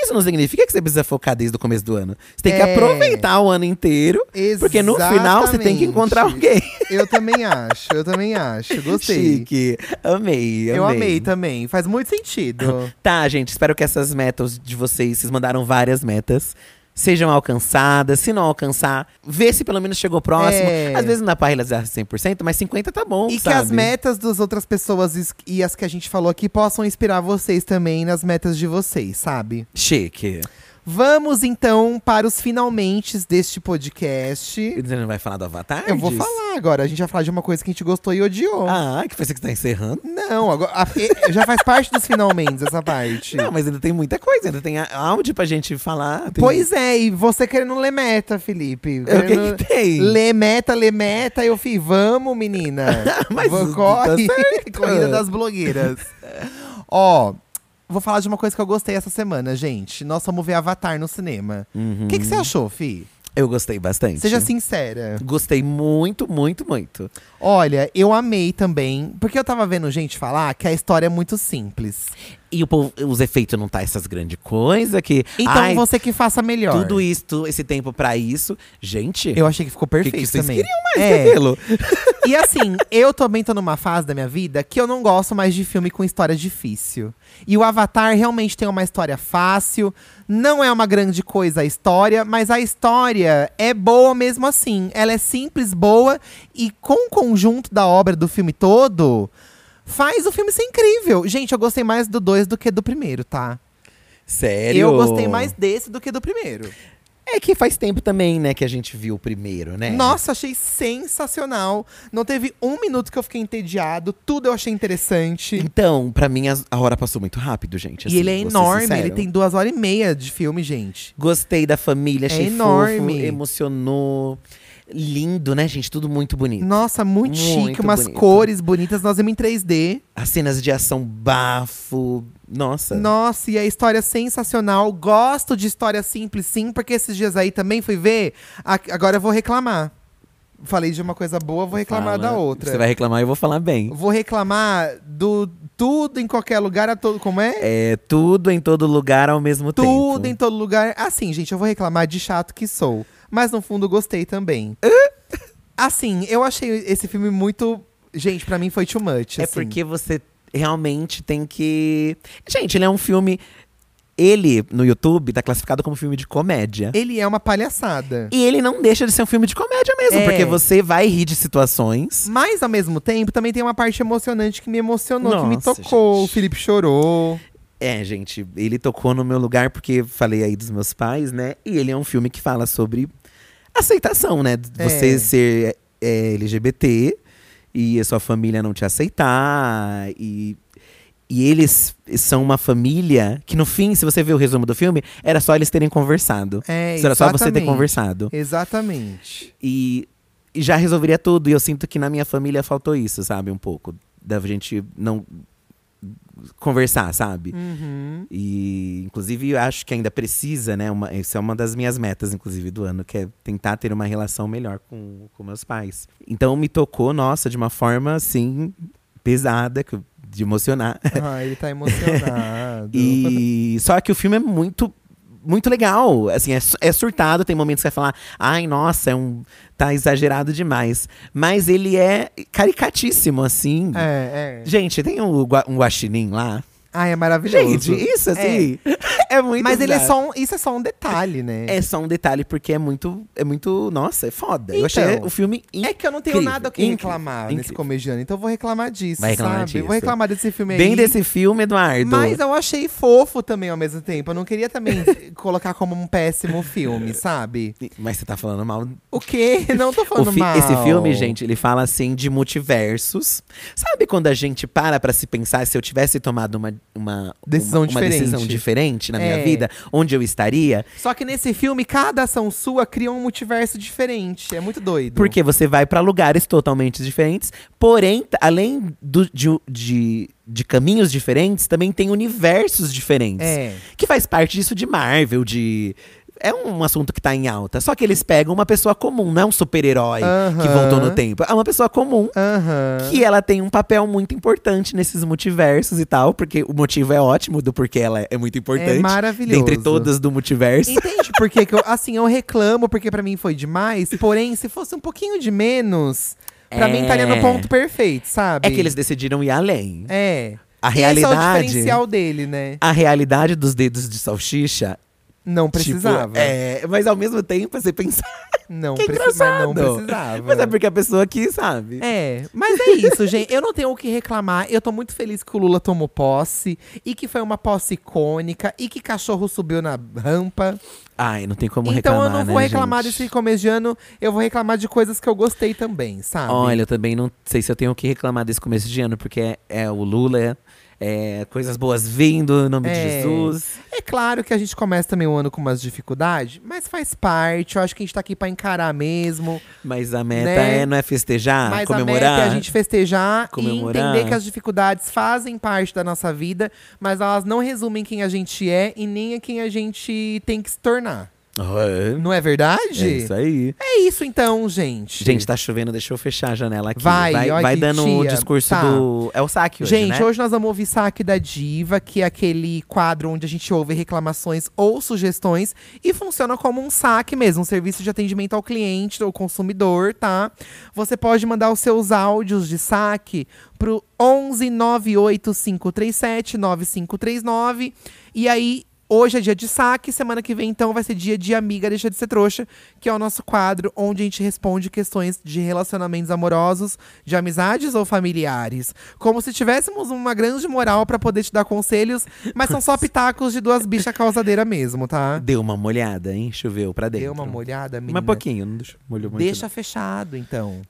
Isso não significa que você precisa focar desde o começo do ano. Você tem que É. aproveitar o ano inteiro, porque no final você tem que encontrar alguém. Eu também acho, eu também acho. Gostei. Chique. Amei, amei. Eu amei também, faz muito sentido. Tá, gente, espero que essas metas de vocês, vocês mandaram várias metas, sejam alcançadas. Se não alcançar, vê se pelo menos chegou próximo. É. Às vezes não dá pra realizar 100%, mas 50 tá bom, E que sabe? as metas das outras pessoas is- e as que a gente falou aqui possam inspirar vocês também nas metas de vocês, sabe? Chique. Vamos então para os finalmente deste podcast. Você não vai falar do Avatar? Eu vou falar agora, a gente vai falar de uma coisa que a gente gostou e odiou. Ah, que foi você que tá encerrando? Não, agora a- e- já faz parte dos finalmente essa parte. Não, mas ainda tem muita coisa, ainda tem a- áudio pra gente falar. Tem... pois é, e você querendo ler meta, Felipe. é, o Querendo- que, que tem? Lê meta, lê meta, eu fui, vamos, menina. Mas Vou- tá corre. certo. Corrida das blogueiras. Ó, vou falar de uma coisa que eu gostei essa semana, gente. Nós fomos ver Avatar no cinema. O Uhum. que que você achou, Fi? Eu gostei bastante. Seja sincera. Gostei muito, muito, muito. Olha, eu amei também, porque eu tava vendo gente falar que a história é muito simples. E o povo- os efeitos não tá essas grandes coisas que. Então ai, você que faça melhor. Tudo isso, esse tempo pra isso. Gente, Eu achei que ficou o que, perfeito que vocês também. queriam mais, É. cabelo? E assim, eu também tô numa fase da minha vida que eu não gosto mais de filme com história difícil. E o Avatar realmente tem uma história fácil, não é uma grande coisa a história, mas a história é boa mesmo assim. Ela é simples, boa e com o conjunto da obra do filme todo, faz o filme ser incrível. Gente, eu gostei mais do dois do que do primeiro, tá? Sério? Eu gostei mais desse do que do primeiro. É que faz tempo também, né, que a gente viu o primeiro, né? Nossa, achei sensacional. Não teve um minuto que eu fiquei entediado, tudo eu achei interessante. Então, pra mim, as- a hora passou muito rápido, gente. assim, e ele é vou ser enorme, sincero. ele tem duas horas e meia de filme, gente. Gostei da família, achei É enorme. fofo, emocionou. Lindo, né, gente? Tudo muito bonito. Nossa, muito, chique, Muito umas bonito. cores bonitas, nós vimos em 3D. As cenas de ação bafo. Nossa. Nossa, e a história é sensacional. Gosto de história simples, sim, porque esses dias aí também fui ver. A- Agora eu vou reclamar. Falei de uma coisa boa, vou reclamar Fala. da outra. Você vai reclamar e eu vou falar bem. Vou reclamar do tudo em qualquer lugar, a todo. Como é? É tudo em todo lugar ao mesmo tempo. Tudo em todo lugar. Assim, gente, eu vou reclamar de chato que sou. Mas no fundo gostei também. assim, eu achei esse filme muito. Gente, pra mim foi too much. É assim. porque você realmente tem que. Gente, ele é um filme. Ele, no YouTube, tá classificado como filme de comédia. Ele é uma palhaçada. E ele não deixa de ser um filme de comédia mesmo, É. porque você vai rir de situações. Mas ao mesmo tempo, também tem uma parte emocionante que me emocionou, que me Nossa, tocou. gente. O Felipe chorou. É, gente, ele tocou no meu lugar porque falei aí dos meus pais, né? E ele é um filme que fala sobre aceitação, né? É. Você ser é, LGBT e a sua família não te aceitar. E, e eles são uma família que, no fim, se você ver o resumo do filme, era só eles terem conversado. É, era só você ter exatamente. conversado. Exatamente. E, e já resolveria tudo. E eu sinto que na minha família faltou isso, sabe? Um pouco. Da gente não conversar, sabe? Uhum. E, inclusive, eu acho que ainda precisa, né? Uma, essa é uma das minhas metas, inclusive, do ano, que é tentar ter uma relação melhor com, com meus pais. Então, me tocou, nossa, de uma forma, assim, pesada, que eu- de emocionar. Ah, ele tá emocionado. E só que o filme é muito muito legal, assim, é, su- é surtado, tem momentos que você vai falar, ai, nossa, é um tá exagerado demais, mas ele é caricatíssimo assim. É, é. Gente, tem um, gua- um guaxinim lá Ai, é maravilhoso. Gente, isso assim é, muito Mas ele é bizarro. só um, isso é só um detalhe, né? É só um detalhe, porque é muito. É muito. Nossa, é foda. Então. Eu achei o filme. in- É que eu não tenho incrível, nada o que incrível, reclamar nesse incrível. comediante, então eu vou reclamar disso, Vai reclamar sabe? Eu Vou disso. reclamar desse filme aí. Bem desse filme, Eduardo. Mas eu achei fofo também ao mesmo tempo. Eu não queria também colocar como um péssimo filme, sabe? Mas você tá falando mal. O quê? Não tô O falando fi- mal. esse filme, gente, ele fala assim de multiversos. Sabe quando a gente para pra se pensar se eu tivesse tomado uma, uma, Decisão uma, uma diferente. decisão diferente na É. minha vida, onde eu estaria? Só que nesse filme, cada ação sua cria um multiverso diferente. É muito doido. Porque você vai pra lugares totalmente diferentes, porém, t- além do- de, de, de caminhos diferentes, também tem universos diferentes. É. Que faz parte disso de Marvel, de. É um assunto que tá em alta. Só que eles pegam uma pessoa comum, não é um super-herói Aham. que voltou no tempo. É uma pessoa comum Aham. que ela tem um papel muito importante nesses multiversos e tal, porque o motivo é ótimo do porquê ela é muito importante. maravilhoso. Dentre todas do multiverso. Entende por que que eu, assim, eu reclamo porque pra mim foi demais, porém, se fosse um pouquinho de menos, pra É. mim estaria no ponto perfeito, sabe? É que eles decidiram ir além. É. A Esse é o realidade- diferencial dele, né? A realidade dos dedos de salsicha Não tipo, precisava. é, mas ao mesmo tempo você pensa. Não que é precisava. Mas não engraçado. precisava. Mas é porque a pessoa que sabe. É, mas é isso, gente. Eu não tenho o que reclamar. Eu tô muito feliz que o Lula tomou posse e que foi uma posse icônica e que cachorro subiu na rampa. Ai, não tem como então reclamar. eu não né, vou reclamar gente? desse começo de ano, eu vou reclamar de coisas que eu gostei também, sabe? Olha, eu também não sei se eu tenho o que reclamar desse começo de ano, porque é, é o Lula, é coisas boas-vindo, em nome de É. Jesus. É claro que a gente começa também o ano com umas dificuldades, mas faz parte. Eu acho que a gente tá aqui pra encarar mesmo. Mas a meta Né? é não é festejar, mas comemorar. a meta é a gente festejar e comemorar. entender que as dificuldades fazem parte da nossa vida, mas elas não resumem quem a gente é e nem a quem a gente tem que se tornar. É, Não é verdade? é isso aí. É isso então, gente. Gente, tá chovendo, deixa eu fechar a janela aqui. Vai, olha vai que dando o tia, discurso tá. do. É o saque hoje. Gente, né? hoje nós vamos ouvir Saque da Diva, que é aquele quadro onde a gente ouve reclamações ou sugestões e funciona como um saque mesmo, um serviço de atendimento ao cliente ou consumidor, tá? Você pode mandar os seus áudios de saque pro 11 98537 9539 e aí Hoje é dia de saque, semana que vem, então, vai ser dia de Amiga Deixa de Ser Trouxa, que é o nosso quadro onde a gente responde questões de relacionamentos amorosos, de amizades ou familiares. Como se tivéssemos uma grande moral pra poder te dar conselhos, mas são só pitacos de duas bichas causadeiras mesmo, tá? Deu uma molhada, hein? Choveu pra dentro. Deu uma molhada, menina. Mas pouquinho, não deixou, molhou muito. Deixa não. fechado, então.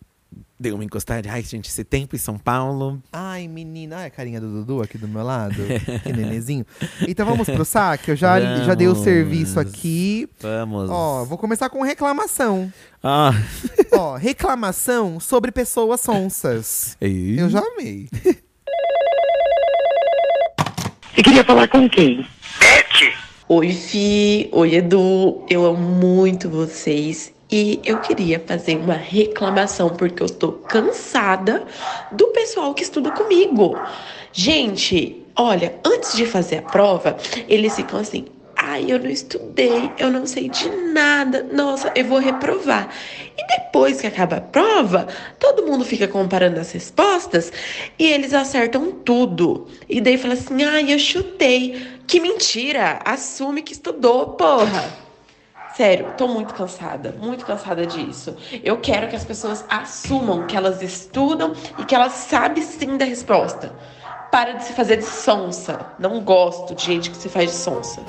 Deu uma encostada. Ai, gente, esse tempo em São Paulo. Ai, menina. Ai, a carinha do Dudu aqui do meu lado. que nenenzinho. Então vamos pro saque. Eu já, já dei o Vamos. serviço aqui. Vamos. Ó, vou começar com reclamação. Ah. Ó, reclamação sobre pessoas sonsas. Ih. Eu já amei. Você queria falar com quem? Oi, Fi. Oi, Edu. Eu amo muito vocês. E eu queria fazer uma reclamação, porque eu tô cansada do pessoal que estuda comigo. Gente, olha, antes de fazer a prova, eles ficam assim. Ai, eu não estudei, eu não sei de nada. Nossa, eu vou reprovar. E depois que acaba a prova, todo mundo fica comparando as respostas e eles acertam tudo. E daí fala assim: ai, eu chutei. Que mentira! Assume que estudou, porra! Sério, tô muito cansada, muito cansada disso. Eu quero que as pessoas assumam que elas estudam e que elas sabem sim da resposta. Para de se fazer de sonsa. Não gosto de gente que se faz de sonsa.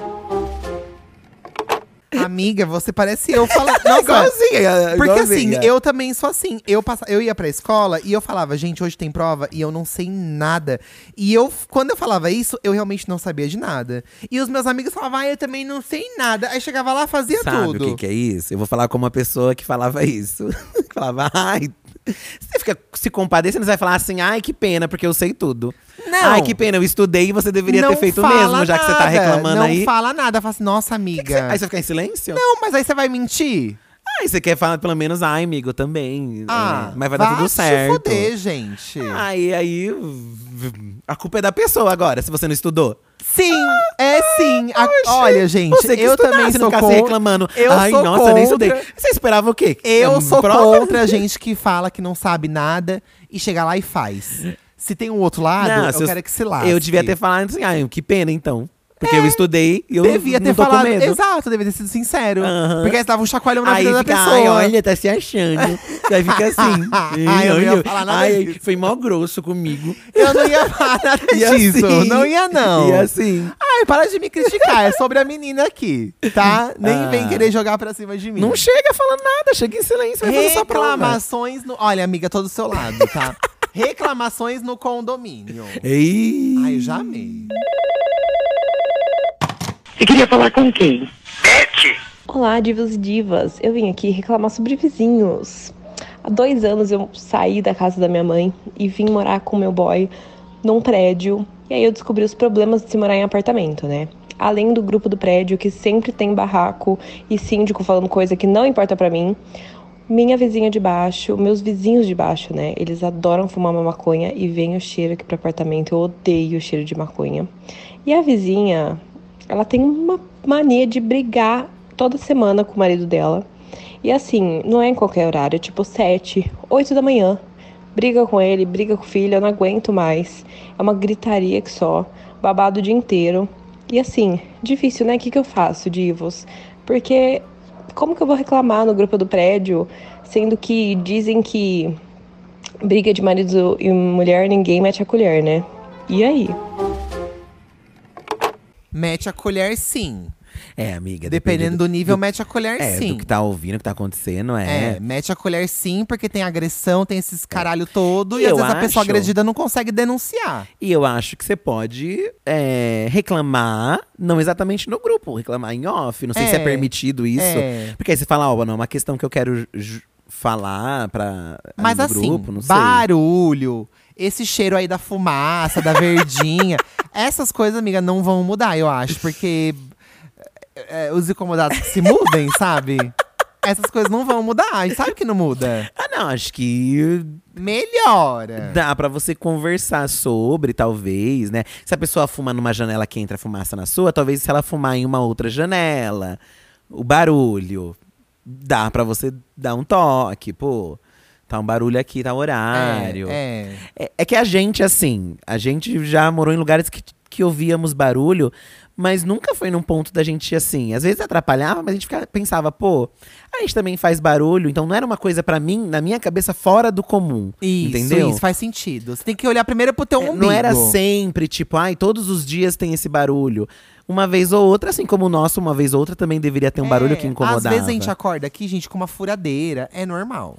Amiga, você parece eu falando. É Nossa, igualzinha, porque assim, igualzinha. eu também sou assim. Eu, passa... eu ia pra escola e eu falava, gente, hoje tem prova e eu não sei nada. E eu, quando eu falava isso, eu realmente não sabia de nada. E os meus amigos falavam, ah, eu também não sei nada. Aí chegava lá, fazia Sabe tudo. o que, que é isso? Eu vou falar com uma pessoa que falava isso. Que falava, ai. Você fica se compadecendo, você vai falar assim, ai, que pena, porque eu sei tudo. Não. Ai, que pena, eu estudei e você deveria Não ter feito fala mesmo, já que você tá nada, reclamando não aí. Não fala nada. Fala assim, nossa, amiga. Aí você fica em silêncio? Não, mas aí você vai mentir? Ai, você quer falar pelo menos, ai, amigo, eu também. Ah, é, mas vai dar tudo certo. Ah, Se fuder, gente. Ai, aí. v- A culpa é da pessoa agora, se você não estudou. Sim, é sim. A- olha, gente, Ah, Você que eu estudasse, também não sou ficasse contra. reclamando. Eu ai, sou nossa, eu nem estudei. contra. Você esperava o quê? Eu Hum, sou prova? contra a gente que fala que não sabe nada e chega lá e faz. Se tem um outro lado, Não, se eu eu- quero é que se lasque. É, Eu devia ter falado assim, ai, que pena então. Porque eu estudei e eu Devia não ter tô falado. com medo. Exato, devia ter sido sincero. Aham. Porque aí tava um chacoalhão na Aí vida fica, da pessoa. ai, olha, tá se achando. Aí fica assim. Ai, eu não ia falar nada ai, disso. foi mó grosso comigo. Eu não ia falar nada E assim- disso. Não ia, não. E assim, Ai, para de me criticar. É sobre a menina aqui, tá? Nem Ah. vem querer jogar pra cima de mim. não chega falando nada, chega em silêncio, vai fazer sua prova. Reclamações no. Olha, amiga, tô do seu lado, tá? Reclamações no condomínio. Ei. Ai, já amei. E queria falar com quem? Olá, divos e divas. Eu vim aqui reclamar sobre vizinhos. Há dois anos eu saí da casa da minha mãe e vim morar com meu boy num prédio. E aí eu descobri os problemas de se morar em apartamento, né? Além do grupo do prédio, que sempre tem barraco e síndico falando coisa que não importa pra mim. Minha vizinha de baixo, meus vizinhos de baixo, né? Eles adoram fumar uma maconha e vem o cheiro aqui pro apartamento. Eu odeio o cheiro de maconha. E a vizinha, ela tem uma mania de brigar toda semana com o marido dela. E assim, não é em qualquer horário, é tipo 7, 8 da manhã. Briga com ele, briga com o filho, eu não aguento mais. É uma gritaria que só, babado o dia inteiro. E assim, difícil, né? O que, que eu faço, divos? Porque como que eu vou reclamar no grupo do prédio, sendo que dizem que briga de marido e mulher ninguém mete a colher, né? E aí? Mete a colher, sim. É, amiga. Dependendo do nível, mete a colher, é, sim. do que tá ouvindo, o que tá acontecendo, É, é. mete a colher sim, porque tem agressão, tem esses caralho todo. E, E às eu vezes a pessoa acho- agredida não consegue denunciar. E eu acho que você pode é, reclamar, não exatamente no grupo, reclamar em off. Não sei se É, é permitido isso. é. Porque aí você fala, ó, não, é uma questão que eu quero ju- falar pra ali Mas no assim, grupo, não sei. barulho, esse cheiro aí da fumaça, da verdinha. essas coisas, amiga, não vão mudar, eu acho. Porque é, é, os incomodados que se mudem, sabe? Essas coisas não vão mudar, a gente sabe que não muda. Ah, não, acho que Melhora. Dá pra você conversar sobre, talvez, né? Se a pessoa fuma numa janela que entra fumaça na sua, talvez se ela fumar em uma outra janela, o barulho. Dá pra você dar um toque, pô. Tá um barulho aqui, tá um horário. É, É, é. é que a gente, assim, a gente já morou em lugares que, que ouvíamos barulho, mas nunca foi num ponto da gente assim. Às vezes atrapalhava, mas a gente ficava- pensava, pô, a gente também faz barulho, então não era uma coisa pra mim, na minha cabeça, fora do comum. Isso, entendeu? isso faz sentido. Você tem que olhar primeiro pro teu É, umbigo. Não era sempre, tipo, ai, todos os dias tem esse barulho. Uma vez ou outra, assim como o nosso, uma vez ou outra também deveria ter um barulho que incomodava. É, Às vezes a gente acorda aqui, gente, com uma furadeira. É normal.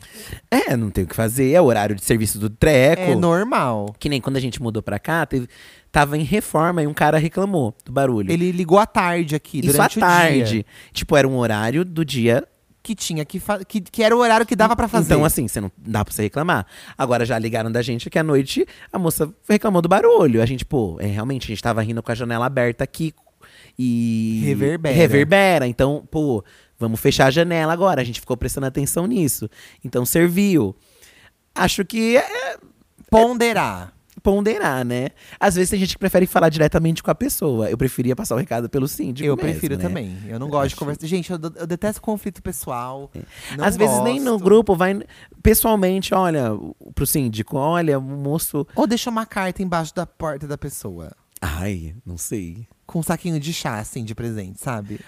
É, não tem o que fazer, é o horário de serviço do treco. É normal. Que nem quando a gente mudou pra cá, teve- tava em reforma e um cara reclamou do barulho. Ele ligou à tarde aqui, Isso à durante o tarde. dia. Tipo, era um horário do dia. Que tinha que, fa- que que era o horário que dava pra fazer. Então, assim, você não dá pra você reclamar. Agora já ligaram da gente que à noite a moça reclamou do barulho. A gente, pô, é, realmente, a gente tava rindo com a janela aberta aqui. E. Reverbera. Reverbera. Então, pô, vamos fechar a janela agora. A gente ficou prestando atenção nisso. Então serviu. Acho que é ponderar. ponderar, né? Às vezes tem gente que prefere falar diretamente com a pessoa. Eu preferia passar o recado pelo síndico. eu mesmo, prefiro né? também. Eu não gosto de Acho- É. conversar. Gente, eu, do- eu detesto conflito pessoal. Não Às vezes nem no gosto. grupo, vai pessoalmente, olha, pro síndico, olha, o moço. Ou deixa uma carta embaixo da porta da pessoa. Ai, não sei. Com um saquinho de chá, assim, de presente, sabe?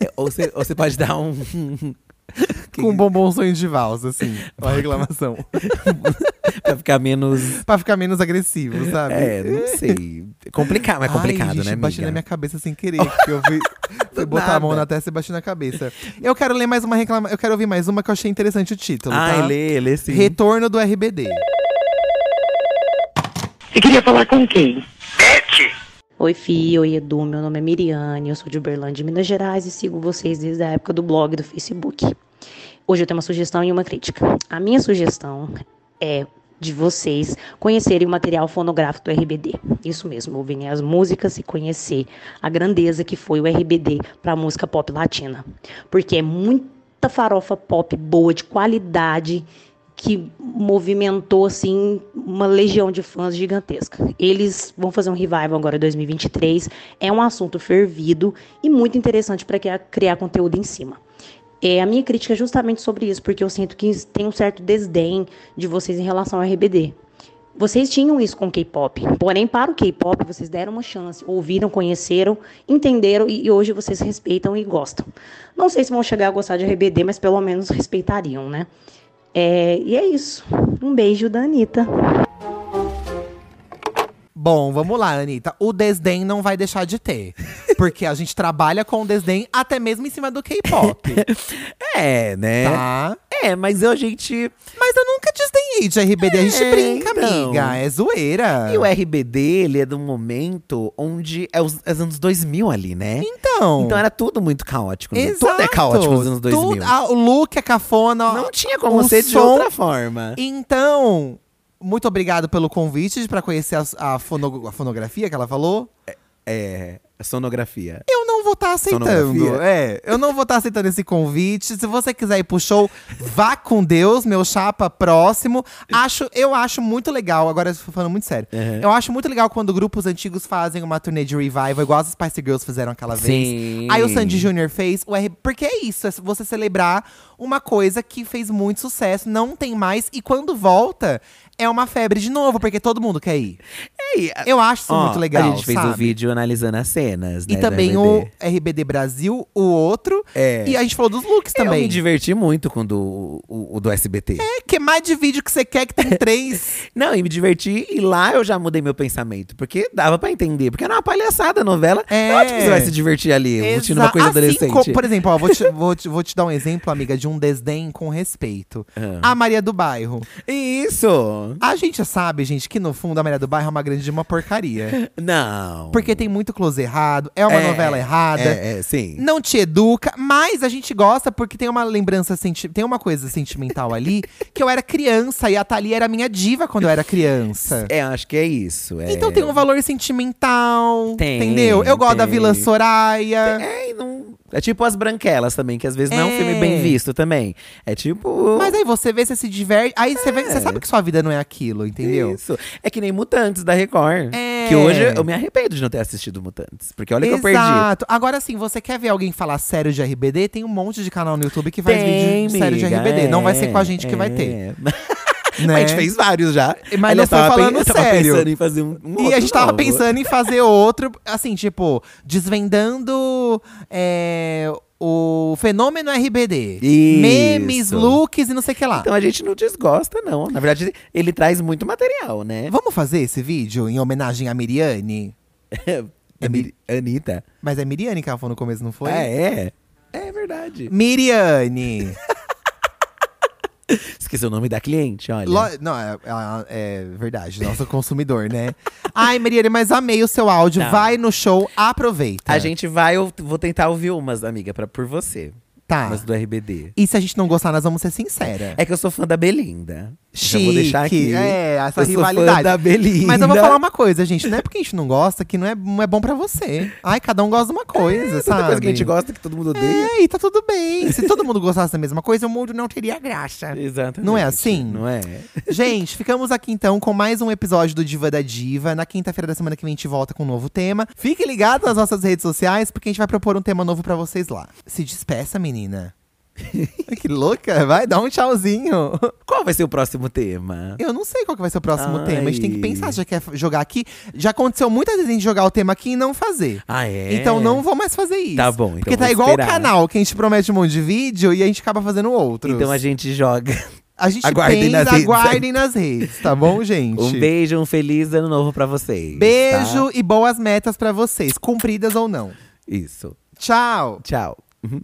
É, ou você ou você pode dar um. Que- Com um bombom sonho de valsa, assim. Uma reclamação. pra ficar menos. pra ficar menos agressivo, sabe? É, não sei. É Complicado, mas é complicado, Tá Ai, gente, né, amiga? bati na minha cabeça sem querer. que eu fui, fui Do botar a mão nada. na testa e bati na cabeça. Eu quero ler mais uma reclama... Eu quero ouvir mais uma que eu achei interessante o título, Ai, tá? lê, lê sim. Retorno do RBD. E queria falar com quem? Oi, Fih, oi, Edu. Meu nome é Miriane, eu sou de Uberlândia, Minas Gerais e sigo vocês desde a época do blog e do Facebook. Hoje eu tenho uma sugestão e uma crítica. A minha sugestão é de vocês conhecerem o material fonográfico do RBD. Isso mesmo, ouvirem as músicas e conhecer a grandeza que foi o RBD para a música pop latina. Porque é muita farofa pop boa, de qualidade, que movimentou assim uma legião de fãs gigantesca. Eles vão fazer um revival agora em 2023. É um assunto fervido e muito interessante para criar conteúdo em cima. É, a minha crítica é justamente sobre isso, porque eu sinto que tem um certo desdém de vocês em relação ao RBD. Vocês tinham isso com o K-pop, porém para o K-pop vocês deram uma chance, ouviram, conheceram, entenderam e e hoje vocês respeitam e gostam. Não sei se vão chegar a gostar de RBD, mas pelo menos respeitariam, né? É, e é isso. Um beijo da Anitta. Bom, vamos lá, Anitta. O desdém não vai deixar de ter. Porque a gente trabalha com desdém até mesmo em cima do K-pop. É, né? Tá? É, mas eu, a gente. Mas eu nunca desdenhei de RBD. a gente É, brinca, então. amiga. É zoeira. E o RBD, ele é de um momento onde. É os, é os anos 2000 ali, né? Então. Então era tudo muito caótico. né? Exato. Tudo é caótico nos anos 2000. Tudo- ah, o look é cafona. Não tinha como o ser de som- outra forma. Então, muito obrigado pelo convite pra conhecer a, a fono- a fonografia que ela falou. É, sonografia. Eu não vou estar aceitando. Sonografia. É, eu não vou estar aceitando esse convite. Se você quiser ir pro show, vá com Deus, meu chapa próximo. Acho, eu acho muito legal, agora eu tô falando muito sério. Uhum. Eu acho muito legal quando grupos antigos fazem uma turnê de revival, igual as Spice Girls fizeram aquela vez. Sim. Aí o Sandy Jr. fez o R. Porque é isso, é você celebrar uma coisa que fez muito sucesso, não tem mais, e quando volta, é uma febre de novo, porque todo mundo quer ir. Ei, a- Eu acho isso é ó, muito legal. A gente fez o sabe? vídeo analisando as cenas. E né, do também um RBD. o RBD Brasil, o outro. É. E a gente falou dos looks Eu também. me diverti muito com o do, o, o do SBT. É, que mais de vídeo que você quer que tem três? Não, e me diverti. E lá eu já mudei meu pensamento. Porque dava pra entender. Porque era uma palhaçada a novela. É. É ótimo que você vai se divertir ali, assistindo uma Exa- coisa assim adolescente. como- por exemplo, ó, vou te, vou, te, vou te dar um exemplo, amiga, de um desdém com respeito. Ah. A Maria do Bairro. Isso! A gente já sabe, gente, que no fundo a Maria do Bairro é uma grande de uma porcaria. Não. Porque tem muito close errado, é uma É, novela errada. É, é, sim. Não te educa, mas a gente gosta porque tem uma lembrança, senti tem uma coisa sentimental ali. que eu era criança e a Thalia era minha diva quando eu era criança. É, acho que é isso. é. Então tem um valor sentimental, Tem, entendeu? Eu gosto da tem. vilã Soraya. É, e não- é tipo as branquelas também, que às vezes não é um É. filme bem visto também. É tipo. Mas aí você vê, você se diverte. Aí você, vê, você sabe que sua vida não é aquilo, entendeu? Isso. É que nem Mutantes da Record. É. Que hoje eu me arrependo de não ter assistido Mutantes. Porque olha que eu perdi. Exato. Agora sim, você quer ver alguém falar sério de RBD? Tem um monte de canal no YouTube que faz vídeo de- sério de miga, RBD. não vai ser com a é, gente que vai ter. é. Né? A gente fez vários já. Mas não eu foi tava falando eu tava sério. pensando em fazer um, um E a gente tava outro novo. pensando em fazer outro, assim, tipo, desvendando é, o fenômeno RBD. Isso. Memes, looks e não sei o que lá. Então a gente não desgosta, não. Na verdade, ele traz muito material, né? Vamos fazer esse vídeo em homenagem à Miriane? Da Mi- Anitta. Mas é Miriane que ela falou no começo, não foi? Ah, é? É verdade. Miriane! Esqueci o nome da cliente, olha. Lo- Não, é, é- é verdade, nosso consumidor, né? Ai, Miriane, mas amei o seu áudio. Tá. Vai no show, aproveita. A gente vai, eu vou tentar ouvir umas, amiga, pra, por você. Tá. Mas do RBD. E se a gente não gostar, nós vamos ser sinceras. É que eu sou fã da Belinda. Já vou deixar Chique, aqui. é, essa eu sou rivalidade. Fã da Belinda. Mas eu vou falar uma coisa, gente. Não é porque a gente não gosta que não é, não é bom pra você. Ai, cada um gosta de uma coisa, É, Tanta sabe? coisa que a gente gosta, que todo mundo odeia. É, e tá tudo bem. Se todo mundo gostasse da mesma coisa, o mundo não teria graça. Exatamente. Não é assim? Não é? Gente, ficamos aqui então com mais um episódio do Diva da Diva. Na quinta-feira da semana que vem a gente volta com um novo tema. Fique ligado nas nossas redes sociais, porque a gente vai propor um tema novo pra vocês lá. Se despeça, menina. que louca, vai, dá um tchauzinho. Qual vai ser o próximo tema? Eu não sei qual que vai ser o próximo Ai. tema. A gente tem que pensar, já quer jogar aqui. Já aconteceu muitas vezes a gente jogar o tema aqui e não fazer. Ah, é? Então não vou mais fazer isso. Tá bom, então Porque tá vou igual esperar. o canal, que a gente promete um monte de vídeo e a gente acaba fazendo outros. Então a gente joga. A gente Aguardem pensa, nas redes. aguardem nas redes, tá bom, gente? Um beijo, um feliz ano novo pra vocês. Beijo tá? e boas metas pra vocês, cumpridas ou não. Isso. Tchau! Tchau. Uhum.